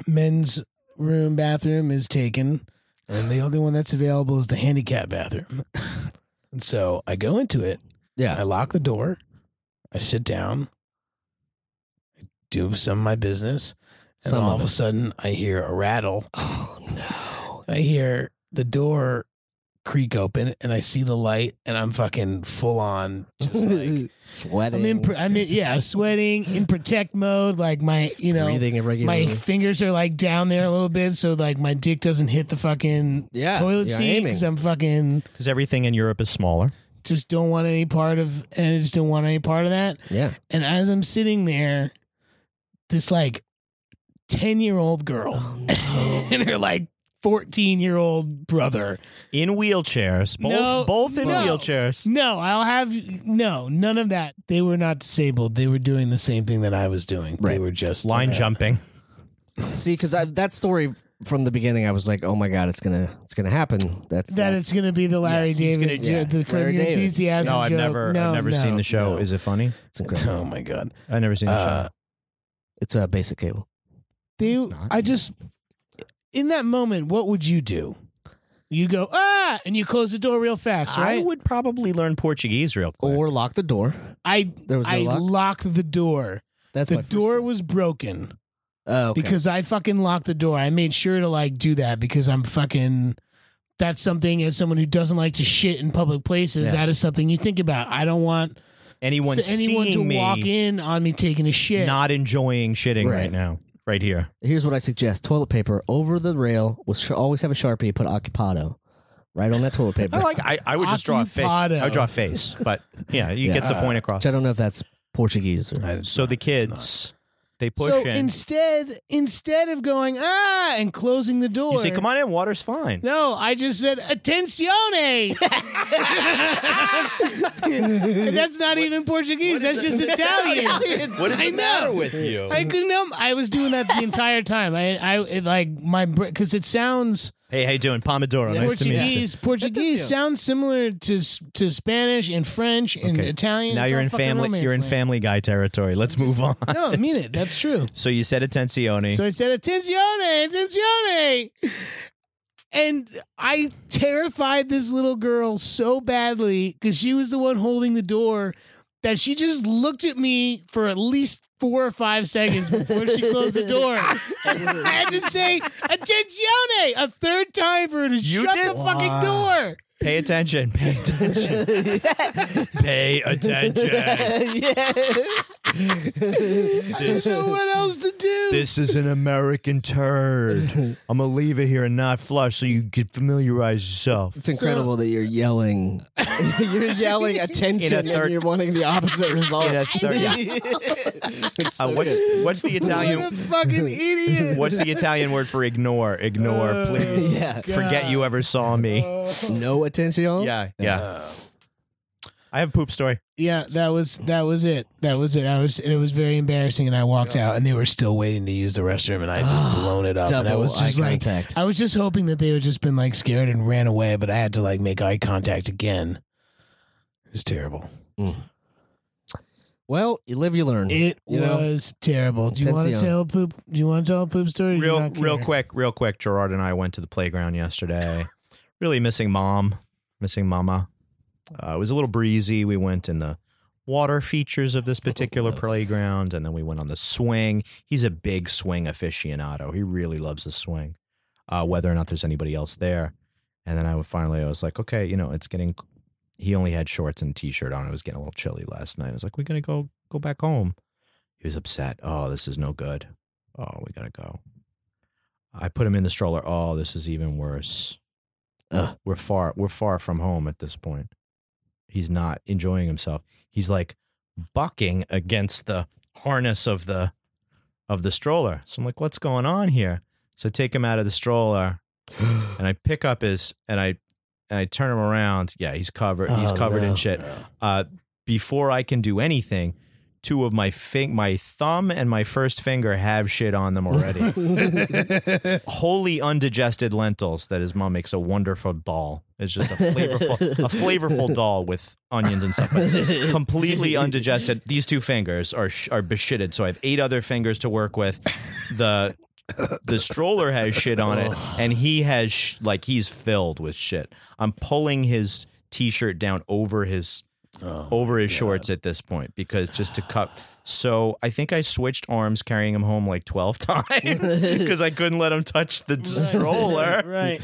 S5: men's room bathroom is taken, and the only one that's available is the handicap bathroom. and so I go into it. I
S2: Yeah.
S5: lock the door. I sit down. I do some of my business, and
S2: Some
S5: all
S2: of
S5: of a
S2: it.
S5: sudden I hear a rattle.
S2: Oh no.
S5: I hear the door creak open and I see the light and I'm fucking full on just like
S2: Sweating.
S4: I'm in. pr- I'm in. Yeah, sweating in protect mode. Like my, you know,
S2: breathing
S4: my
S2: irregularly.
S4: fingers are like down there a little bit, so like my dick doesn't hit the fucking
S2: Yeah,
S4: toilet
S2: you're
S4: seat
S2: aiming.
S4: because I'm fucking
S3: Because everything in Europe is smaller.
S4: just don't want any part of, and I just don't want any part of that.
S2: yeah.
S4: And as I'm sitting there, this like ten year
S2: Oh,
S4: old girl and her like fourteen year old brother.
S3: In wheelchairs. Both,
S4: No,
S3: both in
S4: no.
S3: wheelchairs.
S4: No, I'll have no, none of that.
S5: they were not disabled. They were doing the same thing that I was doing. They
S2: Right.
S5: were just
S3: Line
S5: uh,
S3: jumping.
S2: See, because that story from the beginning, I was like, "Oh my god, it's gonna, it's gonna happen." That's
S4: That it's going to be the Larry
S3: Yes, he's
S4: David,
S3: gonna-
S4: yeah,
S3: yeah,
S4: the
S2: it's Larry
S4: Curb Your
S2: David.
S4: enthusiasm
S3: No, I've
S4: joke.
S3: never,
S4: no,
S3: I've never
S4: no.
S3: seen the show.
S5: no.
S3: Is it funny?
S2: It's incredible.
S5: Oh my god.
S3: I've never seen the
S5: Uh,
S3: show.
S2: It's a basic cable.
S4: They,
S3: It's not.
S4: I just
S5: In that moment, what would you do?
S4: you go ah, and you close the door real fast,
S3: I
S4: right?
S3: would probably learn Portuguese real quick.
S2: Or lock the door.
S4: I
S2: There was no
S4: I
S2: lock?
S4: locked the door.
S2: That's
S4: the
S2: my first
S4: door
S2: thought.
S4: was broken
S2: Oh, okay.
S4: because I fucking locked the door. I made sure to like do that because I'm fucking. That's something as someone who doesn't like to shit in public places.
S2: Yeah.
S4: That is something you think about. I don't want
S3: anyone,
S4: s- anyone to
S3: seeing me
S4: walk in on me taking a shit.
S3: not enjoying shitting right.
S2: Right.
S3: now, right here.
S2: Here's what I suggest: toilet paper over the rail. With sh- always have a sharpie. Put occupado right on that toilet paper.
S3: I like. I, I would just draw a face.
S4: Occupado.
S3: I would draw a face, but yeah, you
S2: Yeah.
S3: get the point across.
S2: Which I don't know if that's Portuguese. Or,
S5: I-
S3: so the kids, they push
S4: so
S3: in.
S4: instead, instead of going ah and closing the door,
S3: you say, "Come on in, water's fine."
S4: No, I just said attenzione. And that's not even Portuguese. That's just Italian.
S3: What is
S4: I
S3: the matter
S4: know.
S3: with you?
S4: I couldn't help. I was doing that the entire time. I, I it, like my because it sounds
S3: hey, how you doing, Pomodoro? nice to meet you.
S4: Portuguese. Portuguese sounds similar to s- to Spanish and French and
S3: Okay.
S4: Italian.
S3: Now
S4: It's
S3: you're
S4: all
S3: in
S4: fucking
S3: family.
S4: romance
S3: You're in
S4: land.
S3: Family Guy territory. Let's move on.
S4: No, I mean it. That's true.
S3: So you said attenzione.
S4: So I said attenzione, attenzione, And I terrified this little girl so badly because she was the one holding the door that she just looked at me for at least four or five seconds before she closed the door. And I had to say, Attenzione! a third time for her to
S3: You
S4: shut
S3: did?
S4: the fucking door.
S3: Pay attention. Pay attention. pay attention.
S4: I don't know what else to do.
S3: This is an American turd. I'm gonna leave it here and not flush so you can familiarize yourself.
S2: It's incredible that you're yelling. you're yelling attention
S3: third-
S2: and you're wanting the opposite result.
S3: In a third- yeah.
S2: It's
S3: Uh,
S2: so
S3: what's
S2: good.
S3: what's the
S4: what a
S3: Italian
S4: fucking idiot.
S3: what's the Italian word for ignore? Ignore,
S4: Uh,
S3: please.
S2: Yeah.
S3: Forget you ever saw me.
S2: No
S4: Uh-huh.
S2: attention.
S3: Yeah, yeah.
S4: Uh.
S3: I have a poop story.
S4: Yeah, that was that was it. That was it. I was it was very embarrassing, and I walked out.
S5: out, and they were still waiting to use the restroom, and I had blown it up. and I
S2: Double
S5: was just
S2: eye
S5: like,
S2: contact.
S4: I was just hoping that they would just been like scared.
S5: scared and ran away, but I had to like make eye contact again. It was terrible.
S2: Well, you live, you learn.
S4: It
S2: You know?
S4: was terrible. Do you want to
S2: Tension.
S4: tell a poop? Do you want to tell a poop story? or do you
S3: Real
S4: not
S3: real
S4: care?
S3: quick, real quick, Gerard and I went to the playground yesterday. really missing mom, missing mama. Uh, it was a little breezy. We went in the water features of this particular playground, and then we went on the swing. He's a big swing aficionado. He really loves the swing, uh, whether or not there's anybody else there. And then I would finally, I was like, okay, you know, it's getting. He only had shorts and t-shirt on. It was getting a little chilly last night. I was like, we're gonna go go back home. He was upset. Oh, this is no good. Oh, we gotta go. I put him in the stroller. Oh, this is even worse.
S2: Ugh.
S3: We're far we're far from home at this point. He's not enjoying himself. He's like bucking against the harness of the of the stroller. So I'm like, what's going on here? So I take him out of the stroller and I pick up his and I and I turn him around. Yeah, he's covered he's
S2: Oh,
S3: covered
S2: no.
S3: in shit. Uh before I can do anything, two of my fing- my thumb and my first finger have shit on them already wholly undigested lentils that his mom makes a wonderful doll. It's just a flavorful, a flavorful doll with onions and stuff. But completely undigested. These two fingers are sh- are beshitted. So I have eight other fingers to work with. The the stroller has shit on it, and he has sh- like he's filled with shit. I'm pulling his t-shirt down over his
S5: Oh
S3: over his shorts at this point because just to cut. So I think I switched arms carrying him home like 12 times because I couldn't let him touch the stroller.
S4: Right.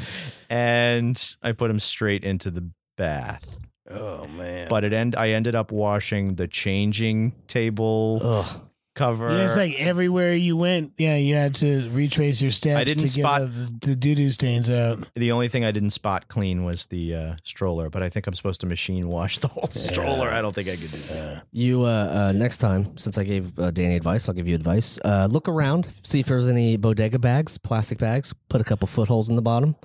S3: And I put him straight into the bath.
S5: Oh man.
S3: But it end I ended up washing the changing table
S5: Oh.
S3: cover.
S4: Yeah, it's like everywhere you went. Yeah, you had to retrace your steps.
S3: I didn't
S4: to
S3: spot-
S4: get all the, the doo doo stains out.
S3: the only thing I didn't spot clean was the uh, stroller, but I think I'm supposed to machine wash the whole stroller. I don't think I could do that.
S2: You uh, uh, next time, since I gave uh, Danny advice, I'll give you advice. Uh, look around, see if there's any bodega bags, plastic bags. Put a couple footholds in the bottom,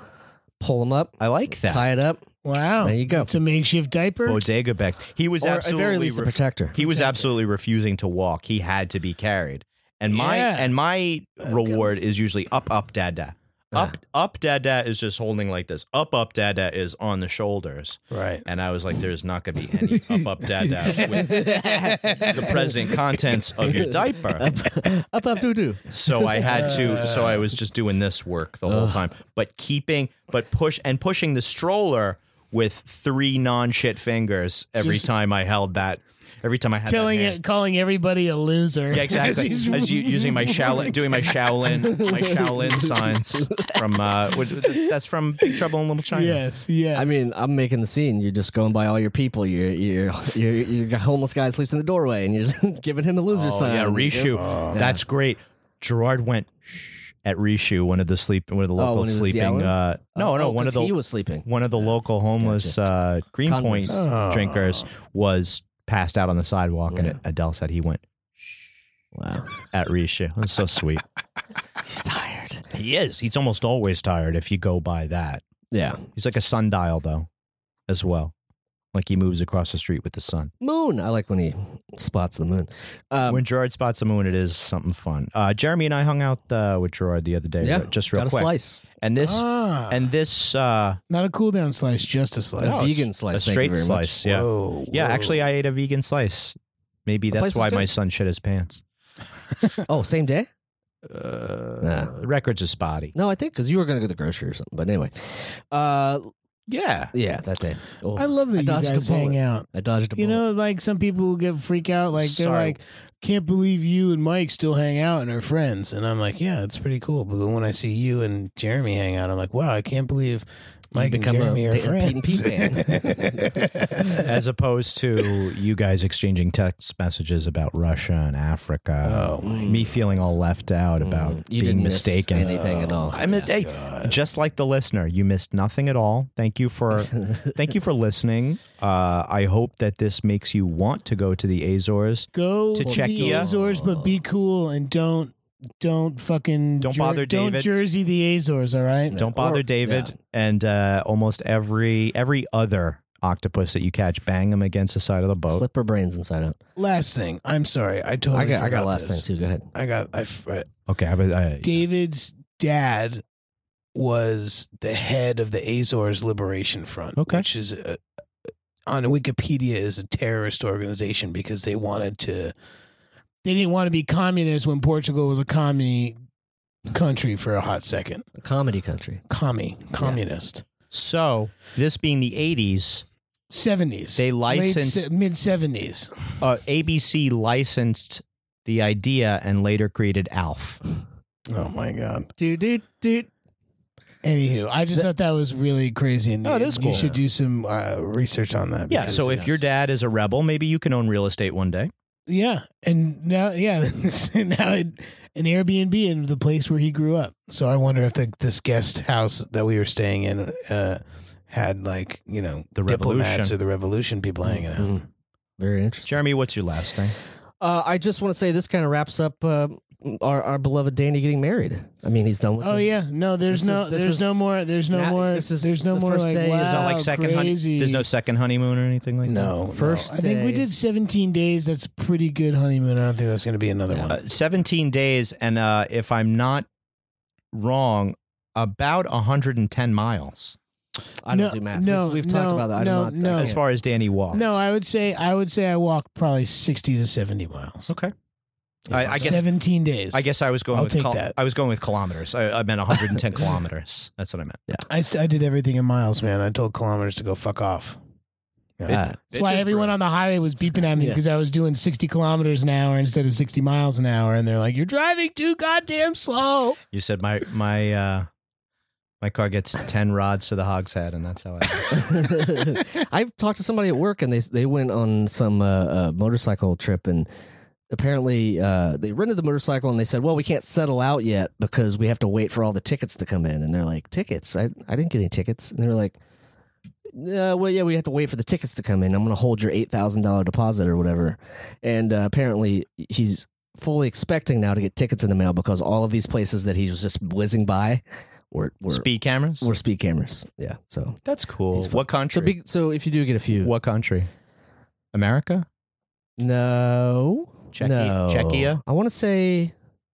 S2: pull them up,
S3: I like that.
S2: tie it up.
S4: Wow.
S2: There you go.
S4: It's a makeshift diaper.
S3: Bodega bags. He was
S2: Or at
S3: absolutely
S2: very least a
S3: ref-
S2: protector.
S3: He was absolutely refusing to walk. He had to be carried. And my
S4: Yeah.
S3: and my reward is usually up up dada. Up up dada is just holding like this. Up up dada is on the shoulders.
S5: right.
S3: And I was like, there's not gonna be any up up dada with the present contents of your diaper.
S2: up, up, doo doo.
S3: So I had to so I was just doing this work the whole time. But keeping but push and pushing the stroller with three non shit fingers every time I held that every time I had that
S4: Telling
S3: hand.
S4: it, calling everybody a loser.
S3: Yeah, exactly. As you, using my Shaolin, doing my Shaolin, my Shaolin signs from uh, what, that's from Big Trouble in Little China.
S4: Yes. Yeah.
S2: I mean, I'm making the scene. You're just going by all your people. Your your your your homeless guy sleeps in the doorway, and you're giving him the loser
S3: Oh,
S2: sign.
S3: yeah, Rishu. That's great. Gerard went shh at Rishu, one of the sleep, one of the local
S2: when he was
S3: sleeping.
S2: yelling?
S3: Uh, no,
S2: Oh,
S3: no,
S2: oh,
S3: one of
S2: 'cause
S3: the
S2: he was sleeping.
S3: One of the local homeless uh, Greenpoint drinkers was passed out on the sidewalk, and Adele said he went
S2: Wow,
S3: at Rishu. That's so sweet.
S2: he's tired.
S3: he is. He's almost always tired. If you go by that.
S2: Yeah,
S3: He's like a sundial though, as well. Like he moves across the street with the sun.
S2: moon. I like when he spots the moon. Um,
S3: when Gerard spots the moon, it is something fun. Uh, Jeremy and I hung out uh, with Gerard the other day,
S2: yeah,
S3: but just real
S2: got
S3: quick.
S2: a slice,
S3: And this,
S5: Ah.
S3: and this, uh,
S4: not a cool down slice, just Oh, a
S2: a
S4: slice.
S3: No,
S2: vegan slice,
S3: a
S2: thank you
S3: straight
S2: very much.
S3: slice. Yeah,
S5: Whoa,
S3: yeah.
S5: whoa.
S3: Actually, I ate a vegan slice. Maybe
S2: The place
S3: that's
S2: is
S3: why
S2: good.
S3: my son shit his pants.
S2: Oh, same day.
S3: Uh,
S2: Nah.
S3: Records is spotty.
S2: No, I think because you were going to go to the grocery or something. But anyway, uh,
S3: Yeah.
S2: yeah, that day. Oh,
S4: I love that
S2: I
S4: you
S2: dodged a
S4: guys hang
S2: bullet.
S4: out.
S2: I dodged a
S4: You
S2: bullet.
S4: know, like some people get freak out, like they're
S2: Sorry.
S4: like, "Can't believe you."
S5: You and Mike still hang out and are friends, and I'm like, yeah, it's pretty cool. But then when I see you and Jeremy hang out, I'm like, wow, I can't believe Mike and
S2: become a
S5: Jeremy are
S2: Pete and
S5: friends.
S3: As opposed to you guys exchanging text messages about Russia and Africa.
S5: Oh.
S3: Me feeling all left out about
S2: Mm, you
S3: being
S2: didn't miss
S3: mistaken.
S2: anything at all.
S3: I'm a, hey, just like the listener, you missed nothing at all. Thank you for thank you for listening. Uh, I hope that this makes you want to go to the Azores.
S4: Go
S3: To
S4: to, the
S3: Czechia.
S4: Azores, but be cool and don't don't fucking
S3: Don't bother
S4: Don't
S3: David.
S4: Jersey the Azores, all right?
S3: Don't bother
S2: Or-
S3: David.
S2: yeah.
S3: And uh, almost every every other octopus that you catch, bang them against the side of the boat.
S2: Flip her brains inside out.
S5: Last thing, I'm sorry, I
S4: Oh,
S5: totally
S2: I got, I
S5: forgot
S2: got last
S5: this.
S2: thing too. Go ahead.
S5: I got, I, f- I-
S3: Okay, uh, I, I,
S5: David's dad was the head of the Azores Liberation Front,
S3: Okay.
S5: which is a, on Wikipedia is a terrorist organization because they wanted to.
S4: They didn't want to be communists when Portugal was a commie
S5: Country for a hot second,
S2: A comedy country.
S5: commie, communist,
S3: so this being the '80s,
S5: seventies.
S3: they licensed
S5: mid seventies.
S3: uh, ABC licensed the idea and later created Alf.
S5: Oh my god!
S2: Dude, dude, dude.
S5: Anywho, I
S4: just
S5: thought that was really crazy. And
S3: Oh, it is
S5: You
S3: cool.
S5: should do some uh, research on that.
S3: Yeah.
S5: because-
S3: So if your dad is a rebel, maybe you can own real estate one day.
S4: Yeah, and now yeah, now it, an Airbnb in the place where he grew up.
S5: so I wonder if the, this guest house that we were staying in uh, had like you know
S3: The
S5: diplomats
S3: revolution. Mm-hmm.
S5: or the revolution people hanging out.
S2: Mm. Very interesting.
S3: Jeremy, what's your last thing?
S2: Uh, I just want to say this kind of wraps up uh, our, our beloved Danny getting married. I mean, he's done with
S4: Oh
S2: it.
S4: yeah, no, there's
S2: This
S4: no,
S2: is- this
S4: there's
S2: is-
S4: no more, there's no
S2: Now-
S4: more,
S2: this is
S4: there's no
S2: the
S4: more
S2: first
S4: like
S2: day. Is
S4: wow,
S2: that
S3: Is that like second
S4: Oh, crazy.
S3: honey? There's no second honeymoon or anything like that.
S5: No,
S2: First
S5: no.
S4: I think we
S2: day.
S4: did 17 days. That's a pretty good honeymoon.
S5: I don't think there's going to be another one.
S3: Uh, Seventeen days, and uh, if I'm not wrong, about 110 miles
S2: I don't
S4: No,
S2: do math.
S4: no,
S2: we've, we've talked
S4: no,
S2: about that.
S4: no,
S2: I'm not,
S4: no.
S2: I
S3: as
S2: can't.
S3: far as Danny walked.
S4: No, I would say, I would say I walked probably 60 to 70 miles.
S3: okay. I, I guess
S4: 17 days.
S3: I guess I was going
S5: I'll
S3: with
S5: take that.
S3: I was going with kilometers. I, I meant 110 kilometers. That's what I meant.
S5: I, st- I did everything in miles, man. I told kilometers to go fuck off.
S2: Ah.
S4: That's why everyone on the highway was beeping at me
S2: Yeah.
S4: because I was doing 60 kilometers an hour instead of 60 miles an hour. And they're like, you're driving too goddamn slow.
S3: You said my my uh my car gets ten rods to the hogshead, and that's how I.
S2: I've talked to somebody at work, and they they went on some uh, uh, motorcycle trip, and apparently uh, they rented the motorcycle, and they said, "Well, we can't settle out yet because we have to wait for all the tickets to come in." And they're like, "Tickets? I I didn't get any tickets." And they were like, "Yeah, well, yeah, we have to wait for the tickets to come in. I'm going to hold your eight thousand dollar deposit or whatever." And uh, apparently, he's fully expecting now to get tickets in the mail because all of these places that he was just whizzing by were were
S3: Speed cameras.
S2: were speed cameras. Yeah, so.
S3: That's cool.
S2: It's fun.
S3: What country?
S2: So big. So if you do get a few,
S3: what country? America.
S2: No,
S3: Czechia-
S2: no.
S3: Czechia?
S2: I want to say,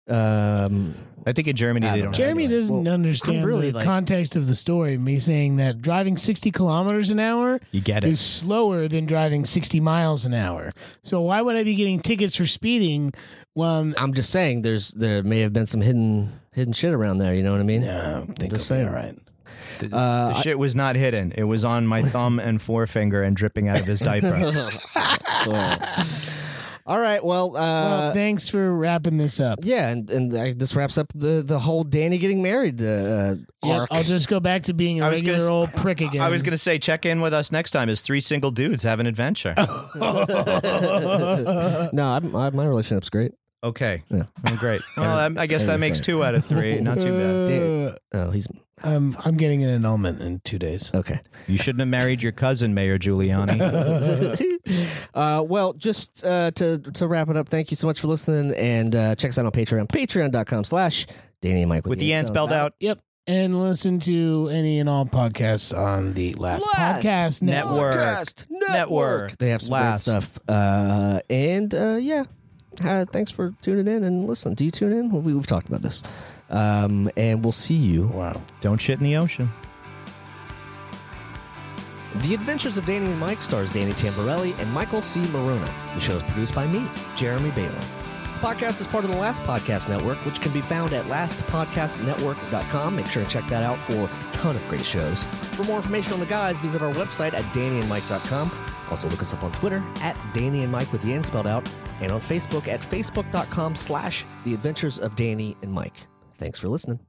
S2: um,
S3: I think in Germany
S2: I
S3: they
S2: don't
S3: don't.
S2: know.
S3: Have,
S4: Jeremy
S2: Anyway,
S4: doesn't
S2: well,
S4: understand
S2: I'm really,
S4: the
S2: like-
S4: context of the story. Me saying that driving 60 kilometers an hour
S3: you get
S4: is
S3: it.
S4: slower than driving 60 miles an hour. So why would I be getting tickets for speeding? Well,
S2: I'm just saying. There's there may have been some hidden hidden shit around there. You know what I mean?
S5: Yeah, I think
S2: Just
S5: it'll be
S2: saying.
S5: all right.
S3: The,
S2: Uh,
S3: the
S2: I-
S3: shit was not hidden. It was on my thumb and forefinger and dripping out of his diaper.
S2: All right. Well. Uh,
S4: well, thanks for wrapping this up.
S2: yeah, and and I, this wraps up the the whole Danny getting married uh, arc.
S4: I'll just go back to being a
S3: I was gonna
S4: regular
S3: s-
S4: old prick again.
S3: I was gonna say, check in with us next time. Is three single dudes have an adventure?
S2: Oh. no, I'm, I, my relationship's great.
S3: okay,
S2: Yeah.
S3: I'm great. Well, I, I guess that makes two out of three. Not too bad.
S2: Dan- oh, he's
S5: Um, I'm getting an annulment in two days.
S2: okay.
S3: You shouldn't have married your cousin, Mayor Giuliani.
S2: uh, well, just uh, to to wrap it up, thank you so much for listening, and uh, check us out on Patreon, patreon.com slash Danny and Mike
S3: With the and spelled out.
S4: Yep. And listen to any and all podcasts.
S5: Podcasts on the last.
S4: Podcast
S3: Network.
S2: Podcast
S3: Network.
S2: They have some
S3: Last.
S2: great stuff, uh, and uh, yeah, uh, thanks for tuning in and listen. Do you tune in? Well, we, we've talked about this, um, and we'll see you.
S5: Wow.
S3: Don't shit in the ocean.
S2: The Adventures of Danny and Mike stars Danny Tamborelli and Michael C. Marona. The show is produced by me, Jeremy Baylor. This podcast is part of the Last Podcast Network, which can be found at lastpodcastnetwork.com. Make sure to check that out for a ton of great shows. For more information on the guys, visit our website at dannyandmike.com. Also look us up on Twitter at Danny and Mike with the N spelled out, and on Facebook at facebook.com slash the adventures of Danny and Mike. Thanks for listening.